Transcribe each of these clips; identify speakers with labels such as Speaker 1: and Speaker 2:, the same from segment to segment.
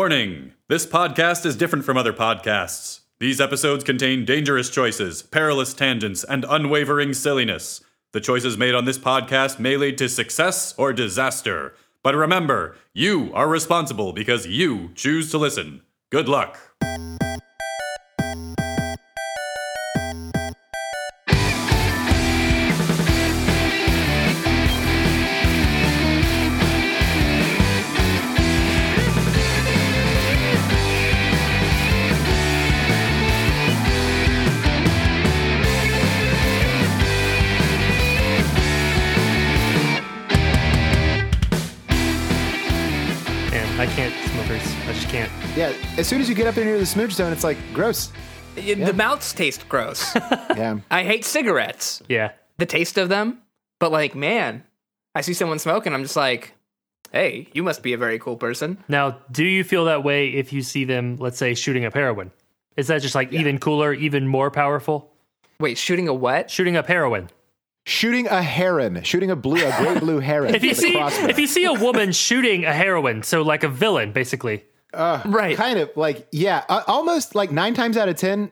Speaker 1: Warning this podcast is different from other podcasts. These episodes contain dangerous choices, perilous tangents, and unwavering silliness. The choices made on this podcast may lead to success or disaster. But remember, you are responsible because you choose to listen. Good luck.
Speaker 2: And I can't smokers. I just can't.
Speaker 3: Yeah, as soon as you get up there near the smooch zone, it's like gross.
Speaker 4: Y- The mouths taste gross.
Speaker 3: Yeah,
Speaker 4: I hate cigarettes,
Speaker 2: Yeah.
Speaker 4: the taste of them. But like, man, I see someone smoking, I'm just like, hey, you must be a very cool person.
Speaker 2: Now, do you feel that way if you see them, let's say, shooting up heroin? Is that just like even cooler, even more powerful?
Speaker 4: Wait, shooting a what?
Speaker 2: Shooting up heroin.
Speaker 3: shooting a heron, shooting a blue, a great blue heron.
Speaker 2: If you
Speaker 3: with a
Speaker 2: see,
Speaker 3: crossbow.
Speaker 2: if you see a woman shooting a heroin, so like a villain, basically.
Speaker 4: Right.
Speaker 3: kind of like yeah, uh, almost like nine times out of ten,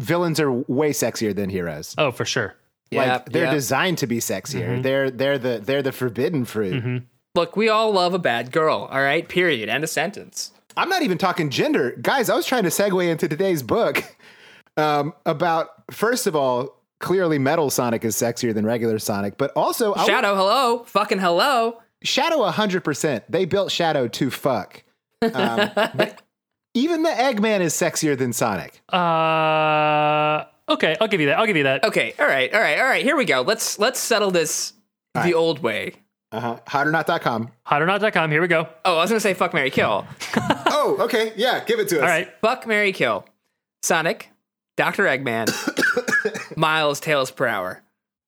Speaker 3: villains are way sexier than heroes.
Speaker 2: Oh, Mm-hmm. for sure.
Speaker 4: Yeah,
Speaker 3: like they're
Speaker 4: yeah.
Speaker 3: designed to be sexier. They're they're the they're the forbidden fruit.
Speaker 2: Mm-hmm.
Speaker 4: Look, we all love a bad girl, all right? Period. End of sentence.
Speaker 3: I'm not even talking gender, guys. I was trying to segue into today's book um, about first of all, clearly metal Sonic is sexier than regular Sonic, but also I
Speaker 4: Shadow, hello. Fucking hello.
Speaker 3: Shadow 100%. They built Shadow to fuck. Um, but even the Eggman is sexier than Sonic.
Speaker 2: Uh, okay, I'll give you that. I'll give you that.
Speaker 4: Okay, all right, all right, all right. Here we go. Let's let's settle this the old way.
Speaker 3: Uh-huh. Hotornot.com.
Speaker 2: Hotornot.com, here we go.
Speaker 4: Oh, I was gonna say fuck Mary Kill.
Speaker 3: oh, okay. Yeah, give it to us.
Speaker 2: All right.
Speaker 4: Fuck Mary Kill. Sonic, Dr. Eggman, Miles Tails per hour.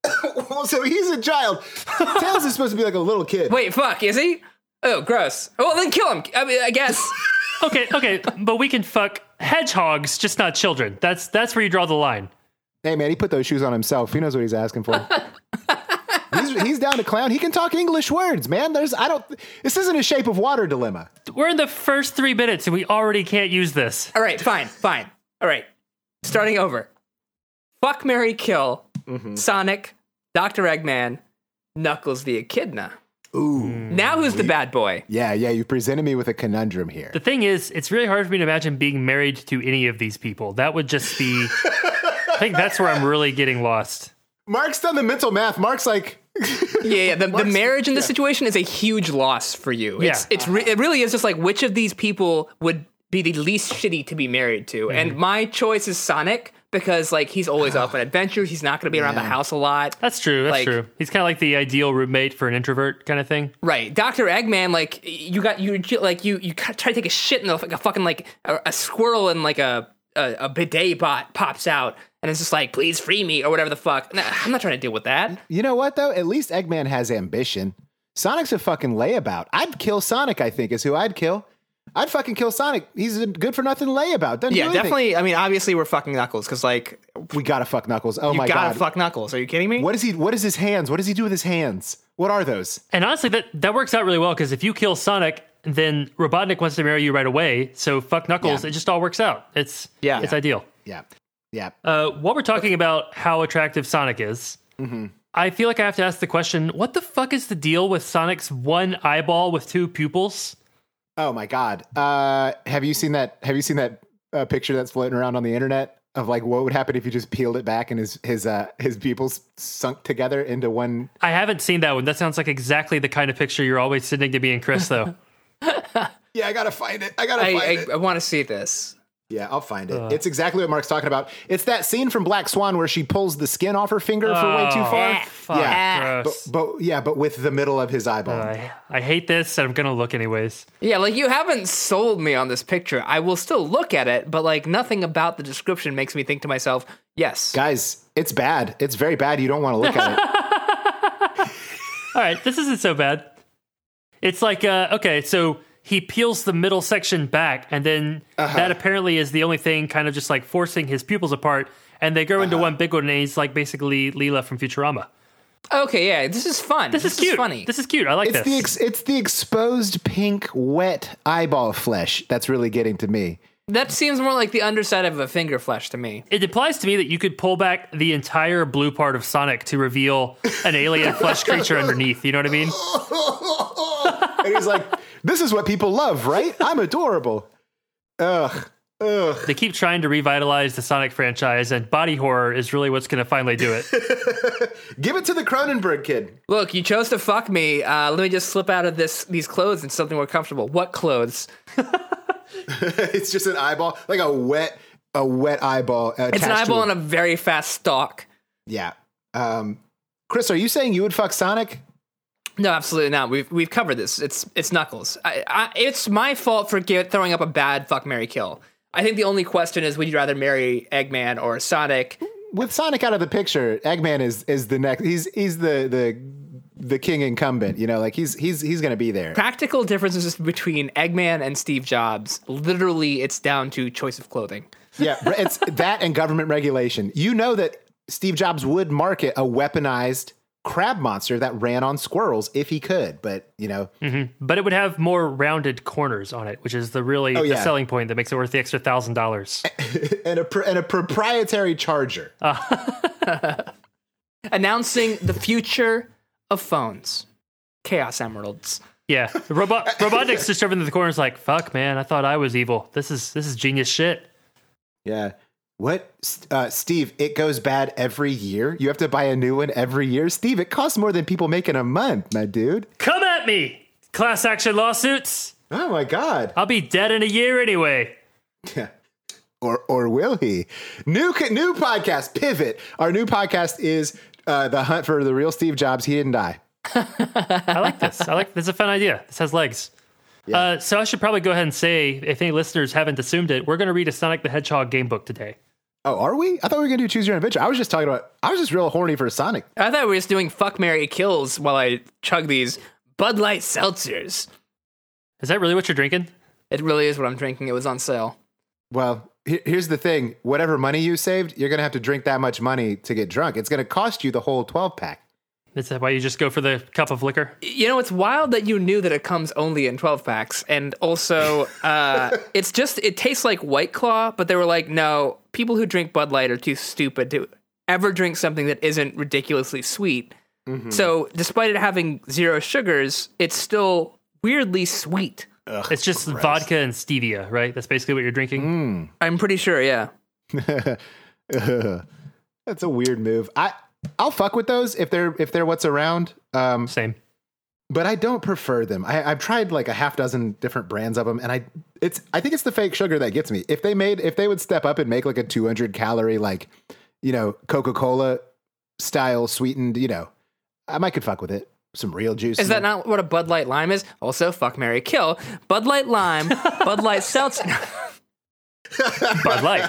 Speaker 3: Well, so he's a child. Tails is supposed to be like a little kid.
Speaker 4: Wait, fuck, is he? Oh, gross. Well, then kill him. I mean, I guess.
Speaker 2: Okay, okay, but we can fuck hedgehogs, just not children. That's that's where you draw the line.
Speaker 3: Hey, man, he put those shoes on himself. He knows what he's asking for. he's, he's down to clown. He can talk English words, man. There's, I don't, this isn't a shape of water dilemma.
Speaker 2: We're in the first three minutes and we already can't use this.
Speaker 4: All right, fine, fine. All right, starting over. Fuck Mary Kill, Sonic, Dr. Eggman, Knuckles the Echidna.
Speaker 3: Ooh.
Speaker 4: Now who's the bad boy?
Speaker 3: Mm. Yeah, yeah, you presented me with a conundrum here.
Speaker 2: The thing is, it's really hard for me to imagine being married to any of these people. That would just be. I think that's where I'm really getting lost.
Speaker 3: Mark's done the mental math. Mark's like,
Speaker 4: Yeah, yeah the, the marriage in this situation is a huge loss for you. It's,
Speaker 2: Yeah.
Speaker 4: it's re- it really is just like which of these people would be the least shitty to be married to. And my choice is Sonic because like he's always off on adventures. He's not going to be around the house a lot.
Speaker 2: That's true. That's
Speaker 4: Like-
Speaker 2: true. He's kind of like the ideal roommate for an introvert kind of thing.
Speaker 4: Right, Doctor Eggman, like you got you like you you ca- try to take a shit and like a fucking like a, a squirrel and like a, a a bidet bot pops out and it's just like please free me or whatever the fuck. Nah, I'm not trying to deal with that.
Speaker 3: You know what though? At least Eggman has ambition. Sonic's a fucking layabout. I'd kill Sonic. I think is who I'd kill. I'd fucking kill Sonic. He's a good for nothing layabout. Doesn't do
Speaker 4: Yeah,
Speaker 3: anything.
Speaker 4: definitely. I mean, obviously we're fucking Knuckles because like
Speaker 3: We gotta fuck Knuckles. Oh
Speaker 4: you
Speaker 3: my
Speaker 4: gotta
Speaker 3: god.
Speaker 4: fuck Knuckles. Are you kidding me?
Speaker 3: what is he? What is his hands? What does he do with his hands? What are those?
Speaker 2: And honestly, that, that works out really well because if you kill Sonic, then Robotnik wants to marry you right away. So fuck Knuckles.
Speaker 3: Yeah.
Speaker 2: It just all works out. It's
Speaker 4: Yeah.
Speaker 2: it's
Speaker 4: Yeah.
Speaker 2: ideal.
Speaker 3: Yeah, yeah.
Speaker 2: Uh, while we're talking about how attractive Sonic is,
Speaker 4: Mm-hmm.
Speaker 2: I feel like I have to ask the question: What the fuck is the deal with Sonic's one eyeball with two pupils?
Speaker 3: Oh my god. Uh, have you seen that? Have you seen that uh, picture that's floating around on the internet of like what would happen if you just peeled it back and his his uh, his pupils sunk together into one?
Speaker 2: I haven't seen that one. That sounds like exactly the kind of picture you're always sending to me and Chris, though.
Speaker 3: Yeah, I gotta find it. I gotta
Speaker 4: I
Speaker 3: find it.
Speaker 4: I, I want to see this.
Speaker 3: Yeah, I'll find it.
Speaker 4: Uh.
Speaker 3: it's exactly what Mark's talking about. It's that scene from Black Swan where she pulls the skin off her finger for way too far.
Speaker 4: Eh,
Speaker 2: Fuck,
Speaker 3: But,
Speaker 4: Yeah.
Speaker 2: gross.
Speaker 3: but yeah, but with the middle of his eyeball.
Speaker 2: I, I hate this, and I'm gonna look anyways.
Speaker 4: Yeah, like you haven't sold me on this picture. I will still look at it, but like nothing about the description makes me think to myself, yes.
Speaker 3: Guys, it's bad. It's very bad. You don't want to look at it.
Speaker 2: All right, this isn't so bad. It's like uh, okay, so he peels the middle section back, and then
Speaker 3: Uh-huh.
Speaker 2: that apparently is the only thing, kind of just
Speaker 3: Uh-huh.
Speaker 2: like forcing his pupils apart, and they grow into one big one, and he's like basically Leela from Futurama.
Speaker 4: Okay, yeah, this is fun.
Speaker 2: This, is cute.
Speaker 4: funny.
Speaker 2: This is cute. I like
Speaker 3: It's
Speaker 2: this.
Speaker 3: the ex- it's the exposed pink wet eyeball flesh that's really getting to me.
Speaker 4: that seems more like the underside of a finger flesh to me.
Speaker 2: it implies to me that you could pull back the entire blue part of Sonic to reveal an alien flesh creature underneath. You know what I mean?
Speaker 3: And he's like, "This is what people love, right? I'm adorable." Ugh, ugh.
Speaker 2: They keep trying to revitalize the Sonic franchise, and body horror is really what's going to finally do it.
Speaker 3: Give it to the Cronenberg kid.
Speaker 4: Look, you chose to fuck me. Uh, let me just slip out of this these clothes and something more comfortable. What clothes?
Speaker 3: It's just an eyeball, like a wet a wet eyeball.
Speaker 4: It's an eyeball on a very fast stalk.
Speaker 3: yeah. Um, Chris, are you saying you would fuck Sonic?
Speaker 4: No, absolutely not. We've we've covered this. It's it's Knuckles. I, I, it's my fault for get, throwing up a bad fuck Mary kill. I think the only question is, would you rather marry Eggman or Sonic?
Speaker 3: with Sonic out of the picture, Eggman is is the next. He's he's the the the king incumbent. You know, like he's he's he's gonna be there.
Speaker 4: Practical differences between Eggman and Steve Jobs. Literally, it's down to choice of clothing.
Speaker 3: Yeah, it's that and government regulation. You know that Steve Jobs would market a weaponized crab monster that ran on squirrels if he could, but you know,
Speaker 2: but it would have more rounded corners on it, which is the really the
Speaker 3: yeah.
Speaker 2: selling point that makes it worth the extra thousand dollars.
Speaker 3: and a pr- and a proprietary charger.
Speaker 4: Announcing the future of phones. Chaos Emeralds.
Speaker 2: Yeah, Robo- Robotnik's just over in the corner. Is like, fuck, man. I thought I was evil. This is this is genius shit.
Speaker 3: yeah. What, S- uh, Steve? It goes bad every year. You have to buy a new one every year, Steve. It costs more than people make in a month, my dude.
Speaker 2: Come at me, class action lawsuits.
Speaker 3: Oh my god.
Speaker 2: I'll be dead in a year anyway.
Speaker 3: or or will he? New co- new podcast pivot. Our new podcast is uh, the hunt for the real Steve Jobs. He didn't die.
Speaker 2: I like this. I like this. Is a fun idea. This has legs. Uh, so I should probably go ahead and say, if any listeners haven't assumed it, we're going to read a Sonic the Hedgehog game book today.
Speaker 3: Oh, are we? I thought we were gonna do choose your own adventure. I was just talking about. I was just real horny for Sonic.
Speaker 4: I thought we were just doing fuck Mary kills while I chug these Bud Light seltzers.
Speaker 2: Is that really what you're drinking?
Speaker 4: It really is what I'm drinking. It was on sale.
Speaker 3: Well, he- here's the thing. Whatever money you saved, you're gonna have to drink that much money to get drunk. It's gonna cost you the whole twelve pack.
Speaker 2: Is that why you just go for the cup of liquor?
Speaker 4: You know, it's wild that you knew that it comes only in 12 packs. And also, uh, it's just, it tastes like White Claw, but they were like, no, people who drink Bud Light are too stupid to ever drink something that isn't ridiculously sweet. So, despite it having zero sugars, it's still weirdly sweet.
Speaker 2: it's just vodka and stevia, right? That's basically what you're drinking.
Speaker 4: I'm pretty sure, yeah.
Speaker 3: That's a weird move. I I'll fuck with those if they're if they're what's around. Um,
Speaker 2: Same.
Speaker 3: but I don't prefer them. I, I've tried like a half dozen different brands of them, and I it's I think it's the fake sugar that gets me. If they made if they would step up and make like a 200 calorie like you know Coca Cola style sweetened, you know, I might could fuck with it. Some real juice.
Speaker 4: Is that not what a Bud Light Lime is? Also, fuck Mary Kill. Bud Light Lime, Bud Light Seltzer.
Speaker 2: Bud Light.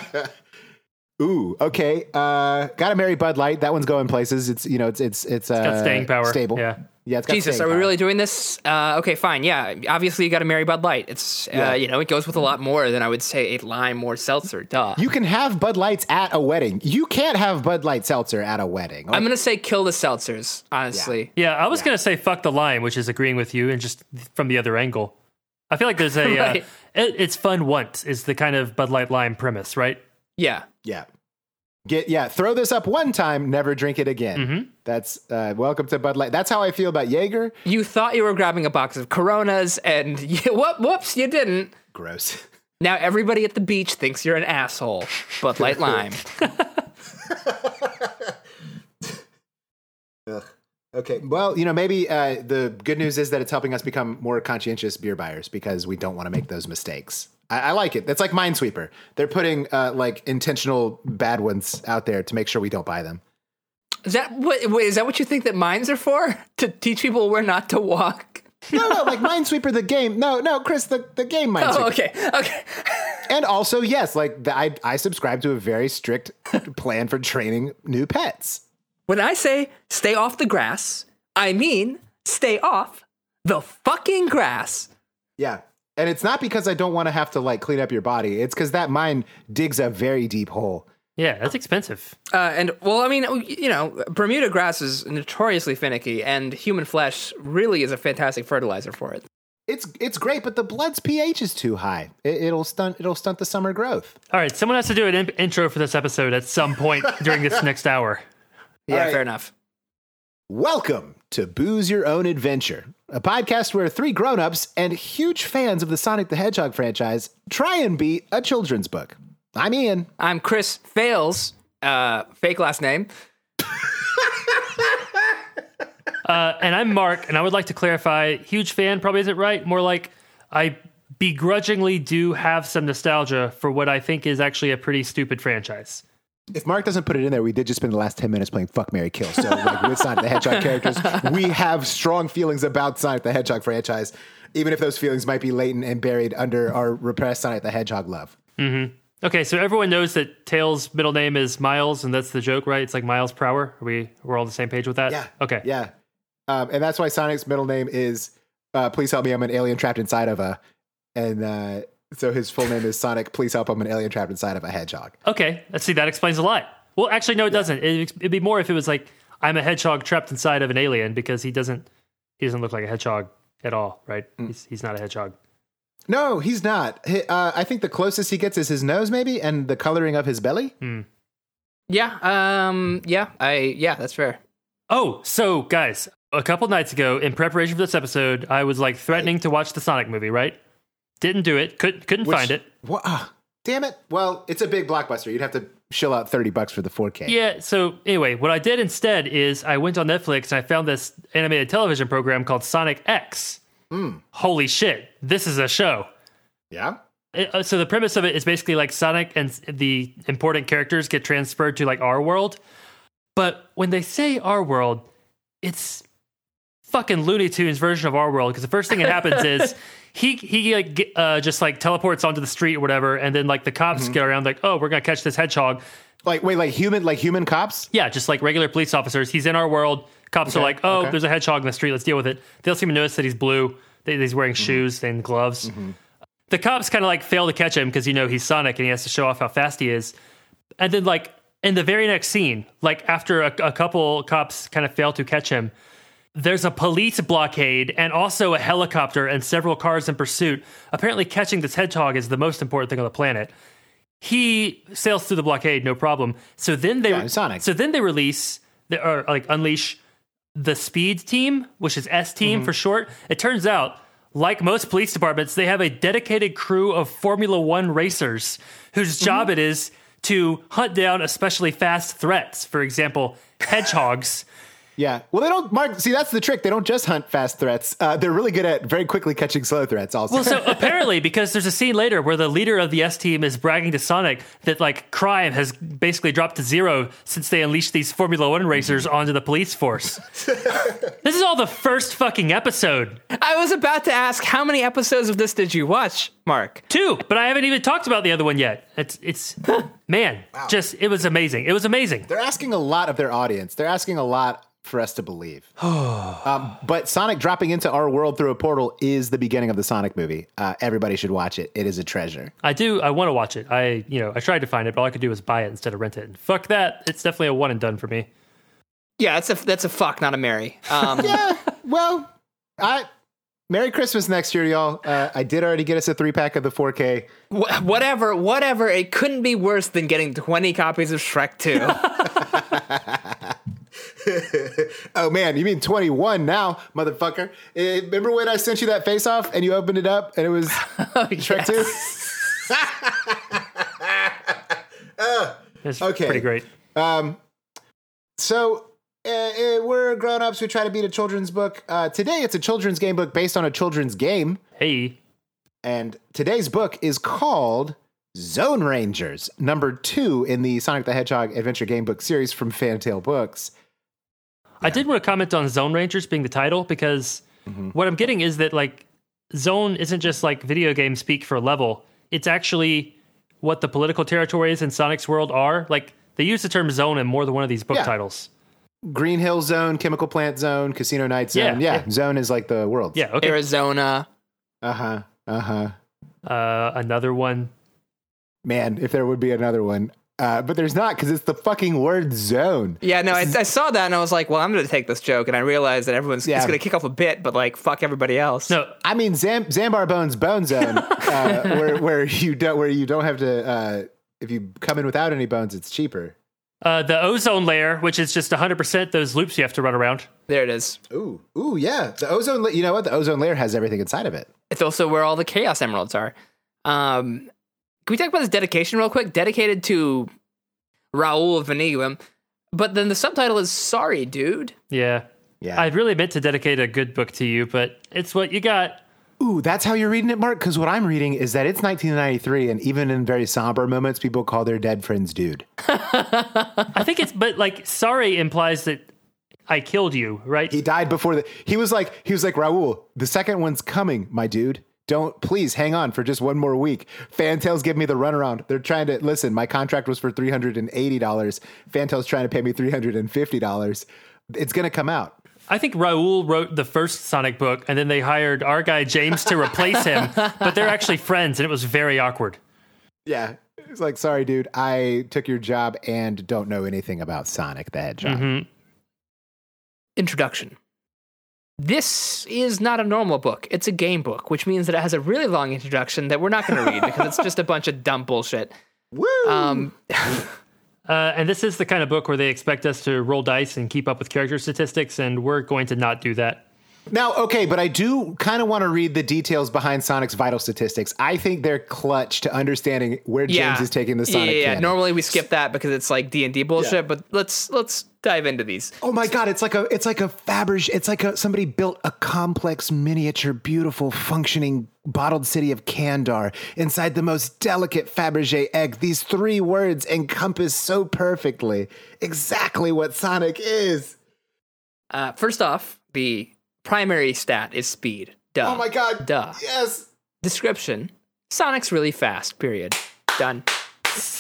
Speaker 3: Ooh, okay. Uh, gotta marry Bud Light. That one's going places. It's you know it's it's it's, uh,
Speaker 2: got staying power.
Speaker 3: Stable.
Speaker 2: Yeah.
Speaker 3: yeah. It's got
Speaker 4: Jesus,
Speaker 3: staying
Speaker 4: are we
Speaker 3: power.
Speaker 4: really doing this? Uh, okay, fine. Yeah, obviously you got to marry Bud Light. It's uh,
Speaker 3: Yeah.
Speaker 4: you know it goes with a lot more than I would say a lime or seltzer. Duh.
Speaker 3: You can have Bud Lights at a wedding. You can't have Bud Light seltzer at a wedding.
Speaker 4: I'm gonna say kill the seltzers. Honestly,
Speaker 2: Yeah, I was gonna say fuck the lime, which is agreeing with you, and just from the other angle. I feel like there's a
Speaker 4: Right.
Speaker 2: uh, it, it's fun once is the kind of Bud Light lime premise, right?
Speaker 4: yeah.
Speaker 3: Yeah. Get yeah, throw this up one time, never drink it again.
Speaker 4: Mm-hmm.
Speaker 3: That's uh, welcome to Bud Light. That's how I feel about Jaeger.
Speaker 4: You thought you were grabbing a box of Coronas, and you, whoop, whoops, you didn't.
Speaker 3: Gross.
Speaker 4: Now everybody at the beach thinks you're an asshole. Bud Light Lime.
Speaker 3: Okay. Well, you know, maybe uh, the good news is that it's helping us become more conscientious beer buyers because we don't want to make those mistakes. I, I like it. That's like Minesweeper. They're putting uh, like intentional bad ones out there to make sure we don't buy them.
Speaker 4: Is that what? Wait, is that what you think that mines are for? To teach people where not to walk?
Speaker 3: No, no, like Minesweeper the game. No, no, Chris, the, the game Minesweeper.
Speaker 4: Oh, okay, okay.
Speaker 3: And also, yes, like the, I I subscribe to a very strict plan for training new pets.
Speaker 4: When I say stay off the grass, I mean stay off the fucking grass.
Speaker 3: Yeah. And it's not because I don't want to have to like clean up your body. It's because that mine digs a very deep hole.
Speaker 2: Yeah, that's expensive.
Speaker 4: Uh, and well, I mean, you know, Bermuda grass is notoriously finicky, and human flesh really is a fantastic fertilizer for it.
Speaker 3: It's it's great, but the blood's pH is too high. It, will stunt it'll stunt the summer growth.
Speaker 2: All right, someone has to do an in- intro for this episode at some point during this next hour.
Speaker 4: Yeah,
Speaker 3: right.
Speaker 4: fair enough.
Speaker 3: Welcome to Booze Your Own Adventure, a podcast where three grown-ups and huge fans of the Sonic the Hedgehog franchise try and beat a children's book. I'm Ian.
Speaker 4: I'm Chris Fails, uh, fake last name.
Speaker 2: Uh, and I'm Mark, and I would like to clarify huge fan probably isn't right. More like I begrudgingly do have some nostalgia for what I think is actually a pretty stupid franchise.
Speaker 3: If Mark doesn't put it in there, we did just spend the last 10 minutes playing Fuck Mary Kill. So, like, with Sonic the Hedgehog characters, we have strong feelings about Sonic the Hedgehog franchise, even if those feelings might be latent and buried under our repressed Sonic the Hedgehog love.
Speaker 2: Okay, so everyone knows that Tails' middle name is Miles, and that's the joke, right? It's like Miles per hour. Are we we're all on the same page with that.
Speaker 3: Yeah.
Speaker 2: Okay.
Speaker 3: Yeah. Um, and that's why Sonic's middle name is uh, Please Help Me, I'm an Alien Trapped Inside of a. And uh, so his full name is Sonic, Please Help, I'm an Alien Trapped Inside of a Hedgehog.
Speaker 2: Okay. Let's see. That explains a lot. Well, actually, no, it doesn't. It, it'd be more if it was like I'm a hedgehog trapped inside of an alien because he doesn't he doesn't look like a hedgehog at all, right?
Speaker 3: Mm.
Speaker 2: He's he's not a hedgehog.
Speaker 3: No, he's not. He, uh, I think the closest he gets is his nose, maybe, and the coloring of his belly.
Speaker 4: Yeah, um, yeah, I, yeah, that's fair.
Speaker 2: Oh, so guys, a couple nights ago, in preparation for this episode, I was like threatening to watch the Sonic movie, right? Didn't do it. Couldn't couldn't find it.
Speaker 3: What? ah, damn it. Well, it's a big blockbuster. You'd have to shell out 30 bucks for the 4K.
Speaker 2: Yeah. So anyway, what I did instead is I went on Netflix and I found this animated television program called Sonic X. Holy shit! This is a show.
Speaker 3: Yeah?
Speaker 2: It- uh, so the premise of it is basically like Sonic and s- the important characters get transferred to like our world, but when they say our world, it's fucking Looney Tunes version of our world because the first thing that happens is he he like ge- uh, just like teleports onto the street or whatever, and then like the cops go around like, oh, we're gonna catch this hedgehog.
Speaker 3: Like, wait, like human, like human cops?
Speaker 2: Yeah, just like regular police officers. He's in our world. Cops are like, oh, there's a hedgehog in the street. Let's deal with it. They don't seem to notice that he's blue. That he's wearing shoes and gloves. The cops kind of like fail to catch him because you know he's Sonic and he has to show off how fast he is. And then like in the very next scene, like after a, a couple cops kind of fail to catch him, there's a police blockade and also a helicopter and several cars in pursuit. Apparently, catching this hedgehog is the most important thing on the planet. He sails through the blockade, no problem. So then they
Speaker 3: Yeah, Sonic.
Speaker 2: so then they release the, or like unleash the speed team, which is S
Speaker 3: Mm-hmm.
Speaker 2: team for short. It turns out, like most police departments, they have a dedicated crew of Formula One racers whose
Speaker 3: Mm-hmm.
Speaker 2: job it is to hunt down especially fast threats. For example, hedgehogs.
Speaker 3: Yeah. Well, they don't, Mark, see, that's the trick. They don't just hunt fast threats. Uh, they're really good at very quickly catching slow threats also.
Speaker 2: Well, so apparently, because there's a scene later where the leader of the S team is bragging to Sonic that like crime has basically dropped to zero since they unleashed these Formula One racers onto the police force. this is all the first fucking episode,
Speaker 4: I was about to ask, how many episodes of this did you watch, Mark?
Speaker 2: two, but I haven't even talked about the other one yet. It's it's man, just it was amazing. It was amazing.
Speaker 3: they're asking a lot of their audience. They're asking a lot for us to believe. um, but Sonic dropping into our world through a portal is the beginning of the Sonic movie. Uh, everybody should watch it. It is a treasure.
Speaker 2: I do. I want to watch it. I you know I tried to find it, but all I could do was buy it instead of rent it. And fuck that. It's definitely a one and done for me.
Speaker 4: Yeah, that's a that's a fuck, not a Mary. Um,
Speaker 3: yeah. Eh, Well, I Merry Christmas next year, y'all. Uh, I did already get us a three pack of the 4K.
Speaker 4: wh- whatever, whatever. It couldn't be worse than getting twenty copies of Shrek Two.
Speaker 3: Oh man, you mean 21 now, motherfucker? Eh, remember when I sent you that face off and you opened it up and it was Shrek 2?
Speaker 2: It's
Speaker 3: Okay.
Speaker 2: pretty great.
Speaker 3: So uh, uh, we're grown ups who try to beat a children's book. Uh, today it's a children's game book based on a children's game.
Speaker 2: Hey,
Speaker 3: And today's book is called Zone Rangers, number two in the Sonic the Hedgehog Adventure Game Book series from Fantail Books.
Speaker 2: I did want to comment on Zone Rangers being the title because
Speaker 3: Mm-hmm.
Speaker 2: what I'm getting is that like zone isn't just like video game speak for level. It's actually what the political territories in Sonic's world are. Like they use the term zone in more than one of these book
Speaker 3: Yeah.
Speaker 2: titles.
Speaker 3: Green Hill Zone, Chemical Plant Zone, Casino Night
Speaker 2: Yeah,
Speaker 3: Zone. Yeah, Zone is like the world.
Speaker 2: Yeah. Okay.
Speaker 4: Arizona.
Speaker 3: Uh huh. Uh huh.
Speaker 2: Uh, another one.
Speaker 3: Man, if there would be another one, uh, but there's not because it's the fucking word zone.
Speaker 4: Yeah, no, I, I saw that and I was like, well, I'm going to take this joke. And I realized that everyone's
Speaker 3: Yeah.
Speaker 4: it's going to kick off a bit, but like, fuck everybody else.
Speaker 2: No,
Speaker 3: I mean, Zam- Zambar Bones Bone Zone, uh, where where you don't where you don't have to uh, if you come in without any bones, it's cheaper.
Speaker 2: uh, the ozone layer, which is just 100% those loops you have to run around.
Speaker 4: There it is.
Speaker 3: Ooh, ooh, yeah. The ozone, la- you know what? The ozone layer has everything inside of it.
Speaker 4: It's also where all the Chaos Emeralds are. Um, can we talk about this dedication real quick? Dedicated to Raul Veniguem. But then the subtitle is Sorry, Dude.
Speaker 2: Yeah.
Speaker 3: Yeah.
Speaker 2: I really meant to dedicate a good book to you, but it's what you got.
Speaker 3: Ooh, that's how you're reading it, Mark. Because what I'm reading is that it's 1993, and even in very somber moments, people call their dead friends "dude."
Speaker 2: I think it's, but like, sorry implies that I killed you, right?
Speaker 3: He died before the. He was like, he was like Raul. The second one's coming, my dude. Don't please hang on for just one more week. Fantails give me the runaround. They're trying to listen. My contract was for three hundred and eighty dollars. Fantails trying to pay me three hundred and fifty dollars. It's gonna come out.
Speaker 2: I think Raul wrote the first Sonic book, and then they hired our guy James to replace him, but they're actually friends, and it was very awkward.
Speaker 3: Yeah. It's like, sorry, dude, I took your job and don't know anything about Sonic the Hedgehog.
Speaker 4: Mm-hmm. Introduction. This is not a normal book. It's a game book, which means that it has a really long introduction that we're not going to read because it's just a bunch of dumb bullshit.
Speaker 3: Woo!
Speaker 4: Um,
Speaker 2: Uh, and this is the kind of book where they expect us to roll dice and keep up with character statistics, and we're going to not do that.
Speaker 3: Now, okay, but I do kind of want to read the details behind Sonic's vital statistics. I think they're clutch to understanding where
Speaker 4: yeah.
Speaker 3: James is taking the Sonic.
Speaker 4: Yeah, yeah, yeah.
Speaker 3: canon.
Speaker 4: Normally we skip that because it's like D and D bullshit,
Speaker 3: Yeah.
Speaker 4: but let's let's dive into these.
Speaker 3: Oh my god, it's like a it's like a Faberge, it's like a somebody built a complex miniature beautiful functioning bottled city of Kandar inside the most delicate Fabergé egg. These three words encompass so perfectly exactly what Sonic is.
Speaker 4: Uh, first off, the primary stat is speed. Duh.
Speaker 3: Oh my god.
Speaker 4: Duh.
Speaker 3: Yes.
Speaker 4: Description: Sonic's really fast. Period. Done.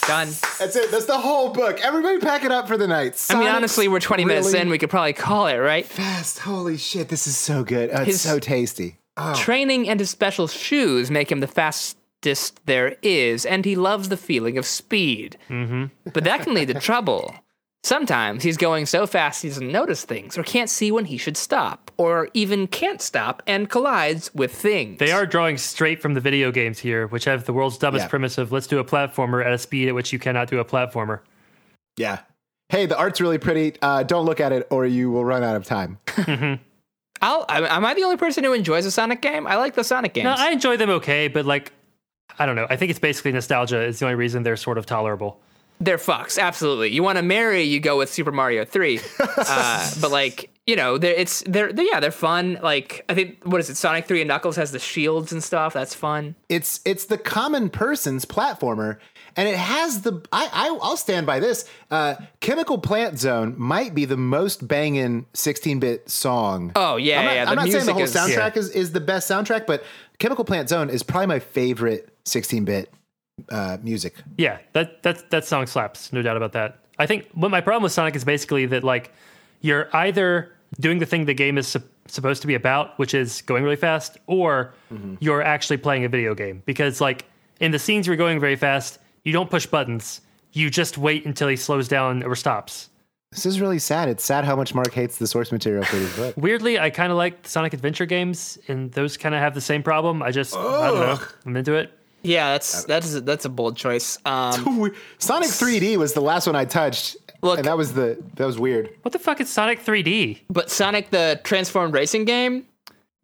Speaker 4: Done.
Speaker 3: That's it. That's the whole book. Everybody pack it up for the night.
Speaker 4: I mean,
Speaker 3: Sonic's
Speaker 4: honestly, we're 20 minutes
Speaker 3: really
Speaker 4: in. We could probably call it right.
Speaker 3: fast. Holy shit, this is so good. Oh,
Speaker 4: His-
Speaker 3: it's so tasty.
Speaker 4: Training and his special shoes make him the fastest there is, and he loves the feeling of speed. Mm-hmm. But that can lead to trouble. Sometimes he's going so fast he doesn't notice things, or can't see when he should stop, or even can't stop and collides with things.
Speaker 2: They are drawing straight from the video games here, which have the world's dumbest
Speaker 3: Yeah.
Speaker 2: premise of let's do a platformer at a speed at which you cannot do a platformer.
Speaker 3: Yeah. Hey, the art's really pretty. Uh, don't look at it or you will run out of time.
Speaker 4: I'll, I- am I the only person who enjoys a Sonic game? I like the Sonic games.
Speaker 2: Now, Uh, I enjoy them okay, but like, I don't know. I think it's basically nostalgia is the only reason they're sort of tolerable.
Speaker 4: They're fucks, absolutely. You want to marry, you go with Super Mario Three. uh, but like, you know, they're it's they're, they're yeah, they're fun. Like, I think what is it? Sonic Three and Knuckles has the shields and stuff. That's fun.
Speaker 3: It's it's the common person's platformer, and it has the I, I I'll stand by this. Uh, Chemical Plant Zone might be the most banging 16-bit song.
Speaker 4: Oh yeah,
Speaker 3: I'm not,
Speaker 4: yeah. The
Speaker 3: I'm not
Speaker 4: music
Speaker 3: saying the whole
Speaker 4: is
Speaker 3: soundtrack is, is the best soundtrack, but Chemical Plant Zone is probably my favorite 16-bit uh, music.
Speaker 2: Yeah, that that that song slaps, no doubt about that. I think what my problem with Sonic is basically that like you're either doing the thing the game is sup- supposed to be about, which is going really fast, or you're actually playing a video game because like in the scenes where you're going very fast, you don't push buttons. You just wait until he slows down or stops.
Speaker 3: This is really sad. It's sad how much Mark hates the source material for this book.
Speaker 2: Weirdly, I kind of like the Sonic Adventure games, and those kind of have the same problem. I just I don't know. I'm into it.
Speaker 4: Yeah, that's that's a, that's a bold choice. Um,
Speaker 3: Sonic 3D was the last one I touched.
Speaker 4: Look-
Speaker 3: and that was the that was weird.
Speaker 2: What the fuck is Sonic 3D?
Speaker 4: but Sonic the Transformed Racing game,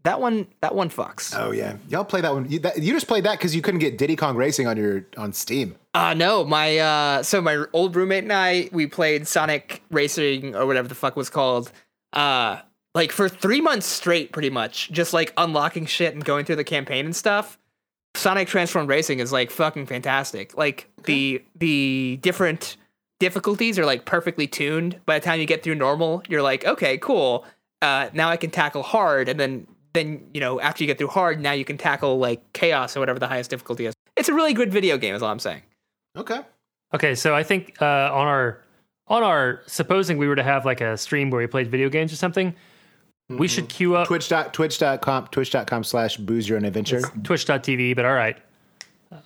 Speaker 4: that one that one fucks.
Speaker 3: Oh yeah, y'all play that one. You, that, you just played that because you couldn't get Diddy Kong Racing on your on Steam.
Speaker 4: Uh no, my uh so my old roommate and I we played Sonic Racing or whatever the fuck it was called. Uh like for 3 months straight pretty much, just like unlocking shit and going through the campaign and stuff. Sonic Transform Racing is like fucking fantastic. Like the the different difficulties are like perfectly tuned. By the time you get through normal, you're like, "Okay, cool. Uh now I can tackle hard." And then then, you know, after you get through hard, now you can tackle like chaos or whatever the highest difficulty is. It's a really good video game is all I'm saying.
Speaker 3: Okay.
Speaker 2: Okay, so I think uh, on our on our supposing we were to have like a stream where we played video games or something, we should
Speaker 3: Mm-hmm.
Speaker 2: queue up
Speaker 3: Twitch dot twitch dot com twitch dot com slash booze your own adventure.
Speaker 2: Twitch.tv. But all right,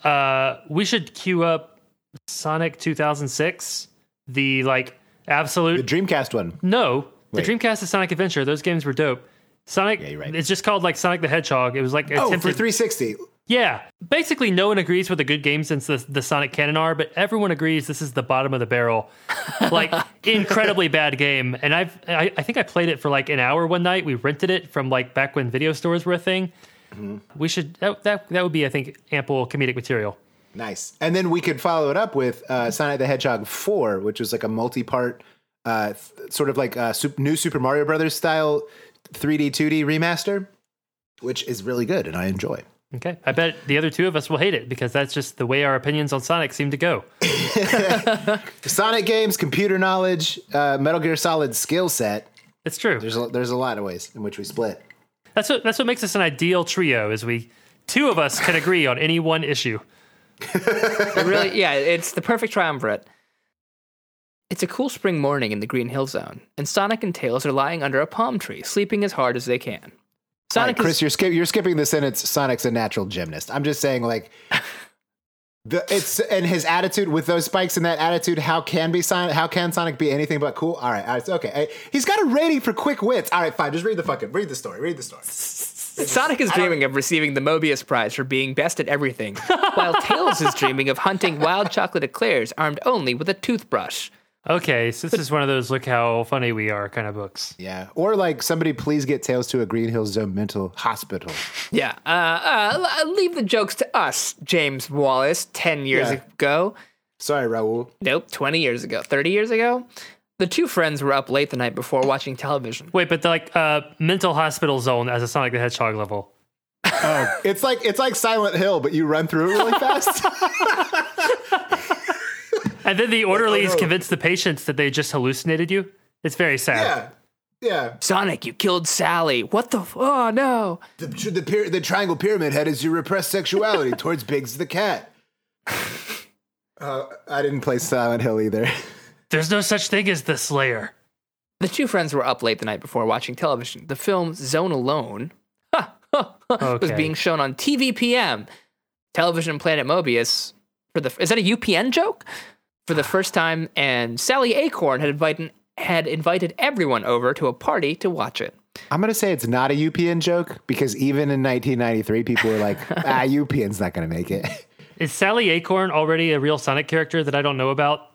Speaker 2: uh, we should queue up Sonic 2006, the like absolute
Speaker 3: The Dreamcast one.
Speaker 2: no,
Speaker 3: Wait.
Speaker 2: the Dreamcast and Sonic Adventure, those games were dope. Sonic,
Speaker 3: you're right.
Speaker 2: it's just called like Sonic the Hedgehog. It was like
Speaker 3: Oh,
Speaker 2: attempted-
Speaker 3: for 360.
Speaker 2: Yeah, basically, no one agrees with the good games since the, the Sonic canon are, but everyone agrees this is the bottom of the barrel, like incredibly bad game. And I've I, I think I played it for like an hour one night. We rented it from like back when video stores were a thing. We should that, that that would be I think ample comedic material.
Speaker 3: Nice. And then we could follow it up with uh, Sonic the Hedgehog 4, which was like a multi part, uh, th- sort of like uh, sup- new Super Mario Brothers style 3D, 2D remaster, which is really good and I enjoy.
Speaker 2: Okay, I bet the other two of us will hate it because that's just the way our opinions on Sonic seem to go.
Speaker 3: Sonic games, computer knowledge, uh, Metal Gear Solid skill set.
Speaker 2: It's true.
Speaker 3: There's a, there's a lot of ways in which we split.
Speaker 2: That's what that's what makes us an ideal trio is we two of us can agree on any one issue.
Speaker 4: It really, yeah, it's the perfect triumvirate. It's a cool spring morning in the Green Hill Zone, and Sonic and Tails are lying under a palm tree, sleeping as hard as they can.
Speaker 3: All
Speaker 4: Sonic
Speaker 3: right, Chris,
Speaker 4: is,
Speaker 3: you're, skip, you're skipping the sentence. Sonic's a natural gymnast. I'm just saying, like, the it's and his attitude with those spikes and that attitude. How can be Sonic? How can Sonic be anything but cool? All right, all right it's okay. Hey, he's got a rating for quick wits. All right, fine. Just read the fucking read the story. Read the story.
Speaker 4: Sonic is dreaming of receiving the Mobius Prize for being best at everything, while Tails is dreaming of hunting wild chocolate eclairs armed only with a toothbrush.
Speaker 2: Okay, so this is one of those look how funny we are kind of books.
Speaker 3: Yeah, or like somebody, please get Tails to a Green Hills Zone mental hospital.
Speaker 4: Yeah, uh, uh, l- leave the jokes to us, James Wallace, 10 years
Speaker 3: Yeah.
Speaker 4: ago.
Speaker 3: Sorry, Raul.
Speaker 4: Nope, 20 years ago, 30 years ago. The two friends were up late the night before watching television.
Speaker 2: Wait, but the, like uh, mental hospital zone as a Sonic the Hedgehog level.
Speaker 3: It's like it's like Silent Hill, but you run through it really fast.
Speaker 2: And then
Speaker 4: Oh,
Speaker 2: the orderlies
Speaker 3: no.
Speaker 2: convince the patients that they just hallucinated you. It's very sad.
Speaker 3: yeah, yeah.
Speaker 4: Sonic, you killed Sally. What the? F- oh no!
Speaker 3: The the, pyra- the triangle pyramid head is your repressed sexuality towards Biggs the cat. Uh, I didn't play Silent Hill either.
Speaker 2: There's no such thing as the Slayer.
Speaker 4: The two friends were up late the night before watching television. The film Zone Alone was
Speaker 2: Okay.
Speaker 4: being shown on TVPM, Television Planet Mobius. For the is that a UPN joke? For the first time, and Sally Acorn had invited had invited everyone over to a party to watch it.
Speaker 3: I'm gonna say it's not a UPN joke because even in 1993, people were like, "Ah, UPN's not gonna make it."
Speaker 2: Is Sally Acorn already a real Sonic character that I don't know about?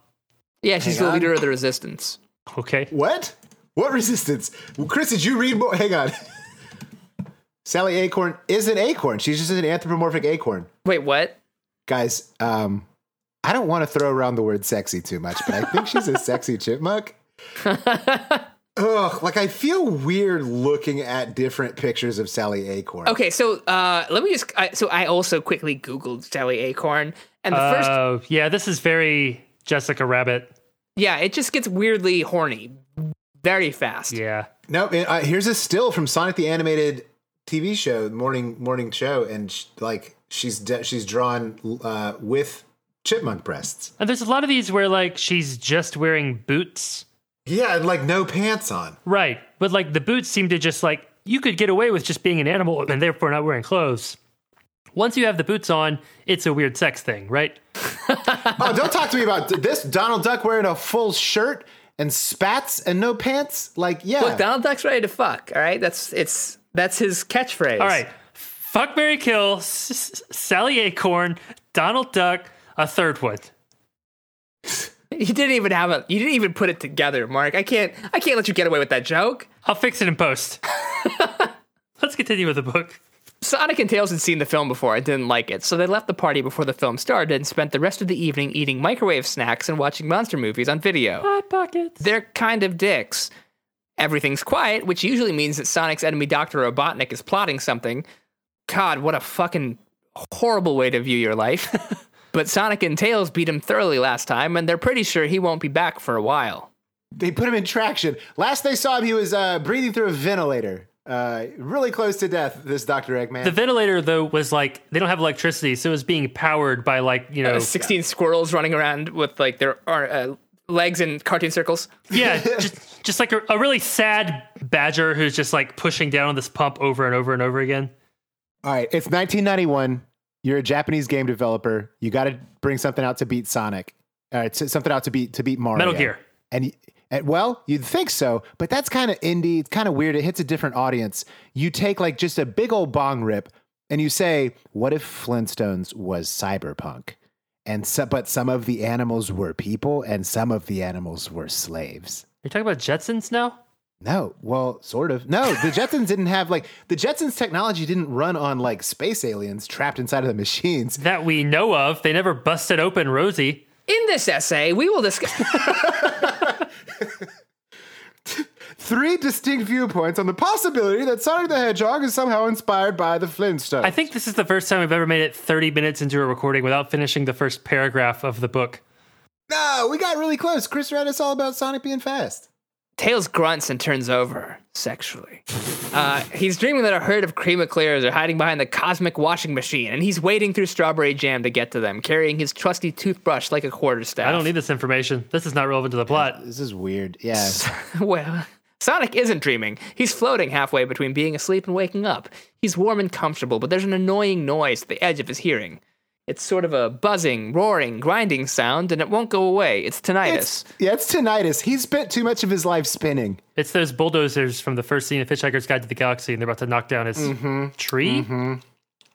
Speaker 4: Yeah, she's
Speaker 3: Hang
Speaker 4: the
Speaker 3: on.
Speaker 4: leader of the resistance.
Speaker 2: Okay.
Speaker 3: What? What resistance? Well, Chris, did you read more? Hang on. Sally Acorn is an acorn. She's just an anthropomorphic acorn.
Speaker 4: Wait, what?
Speaker 3: Guys, um, I don't want to throw around the word sexy too much, but I think she's a sexy chipmunk. Ugh, like I feel weird looking at different pictures of Sally Acorn.
Speaker 4: Okay, so uh, let me just. I, so I also quickly Googled Sally Acorn, and the first
Speaker 2: Oh, yeah, this is very Jessica Rabbit.
Speaker 4: Yeah, it just gets weirdly horny very fast.
Speaker 2: Yeah.
Speaker 3: No, man, uh, here's a still from Sonic the Animated TV show, morning morning show, and sh- like she's de- she's drawn uh, with chipmunk breasts.
Speaker 2: And there's a lot of these where like she's just wearing boots.
Speaker 3: Yeah, and like no pants on.
Speaker 2: Right. But like the boots seem to just like you could get away with just being an animal and therefore not wearing clothes. Once you have the boots on, it's a weird sex thing, right?
Speaker 3: Oh, don't talk to me about th- this Donald Duck wearing a full shirt and spats and no pants. Like, yeah,
Speaker 4: Look, Donald Duck's ready to fuck. All right, that's it's that's his catchphrase.
Speaker 2: All right. Fuck Mary Kill, S- S- Sally Acorn, Donald Duck, a third one.
Speaker 4: you didn't even have a you didn't even put it together, Mark. I can't I can't let you get away with that joke.
Speaker 2: I'll fix it in post. Let's continue with the book.
Speaker 4: Sonic and Tails had seen the film before and didn't like it, so they left the party before the film started and spent the rest of the evening eating microwave snacks and watching monster movies on video.
Speaker 2: Hot pockets.
Speaker 4: They're kind of dicks. Everything's quiet, which usually means that Sonic's enemy Dr. Robotnik is plotting something. God, what a fucking horrible way to view your life. but Sonic and Tails beat him thoroughly last time, and they're pretty sure he won't be back for a while.
Speaker 3: they put him in traction. Last they saw him, he was uh, breathing through a ventilator, uh, really close to death. This Doctor Eggman.
Speaker 2: The ventilator though was like they don't have electricity, so it was being powered by like you know
Speaker 4: 16 squirrels running around with like their uh, legs in cartoon circles.
Speaker 2: yeah, just just like a, a really sad badger who's just like pushing down on this pump over and over and over again.
Speaker 3: All right, it's 1991. you're a Japanese game developer. You got to bring something out to beat Sonic, or to- something out to beat to beat Mario.
Speaker 2: Metal Gear.
Speaker 3: And, y- and well, you'd think so, but that's kind of indie. It's kind of weird. It hits a different audience. You take like just a big old bong rip, and you say, "What if Flintstones was cyberpunk?" And so, but some of the animals were people, and some of the animals were slaves.
Speaker 2: You're talking about Jetsons now?
Speaker 3: No, well, sort of. No, the Jetsons didn't have like the Jetsons technology didn't run on like space aliens trapped inside of the machines.
Speaker 2: That we know of. They never busted open Rosie.
Speaker 4: In this essay, we will discuss.
Speaker 3: Three distinct viewpoints on the possibility that Sonic the Hedgehog is somehow inspired by the Flintstones.
Speaker 2: I think this is the first time we've ever made it 30 minutes into a recording without finishing the first paragraph of the book.
Speaker 3: no, we got really close. Chris read us all about Sonic being fast.
Speaker 4: Tails grunts and turns over sexually. Uh, he's dreaming that a herd of creamaclears are hiding behind the cosmic washing machine, and he's wading through strawberry jam to get to them, carrying his trusty toothbrush like a quarterstaff.
Speaker 2: I don't e- need this information. This is not relevant to the plot.
Speaker 3: This is weird. Yeah.
Speaker 4: Well, Sonic isn't dreaming. He's floating halfway between being asleep and waking up. He's warm and comfortable, but there's an annoying noise at the edge of his hearing. It's sort of a buzzing, roaring, grinding sound, and it won't go away. It's tinnitus.
Speaker 3: It's, yeah, it's tinnitus. He spent too much of his life spinning.
Speaker 2: It's those bulldozers from the first scene of Hitchhiker's Guide to the Galaxy, and they're about to knock down his tree.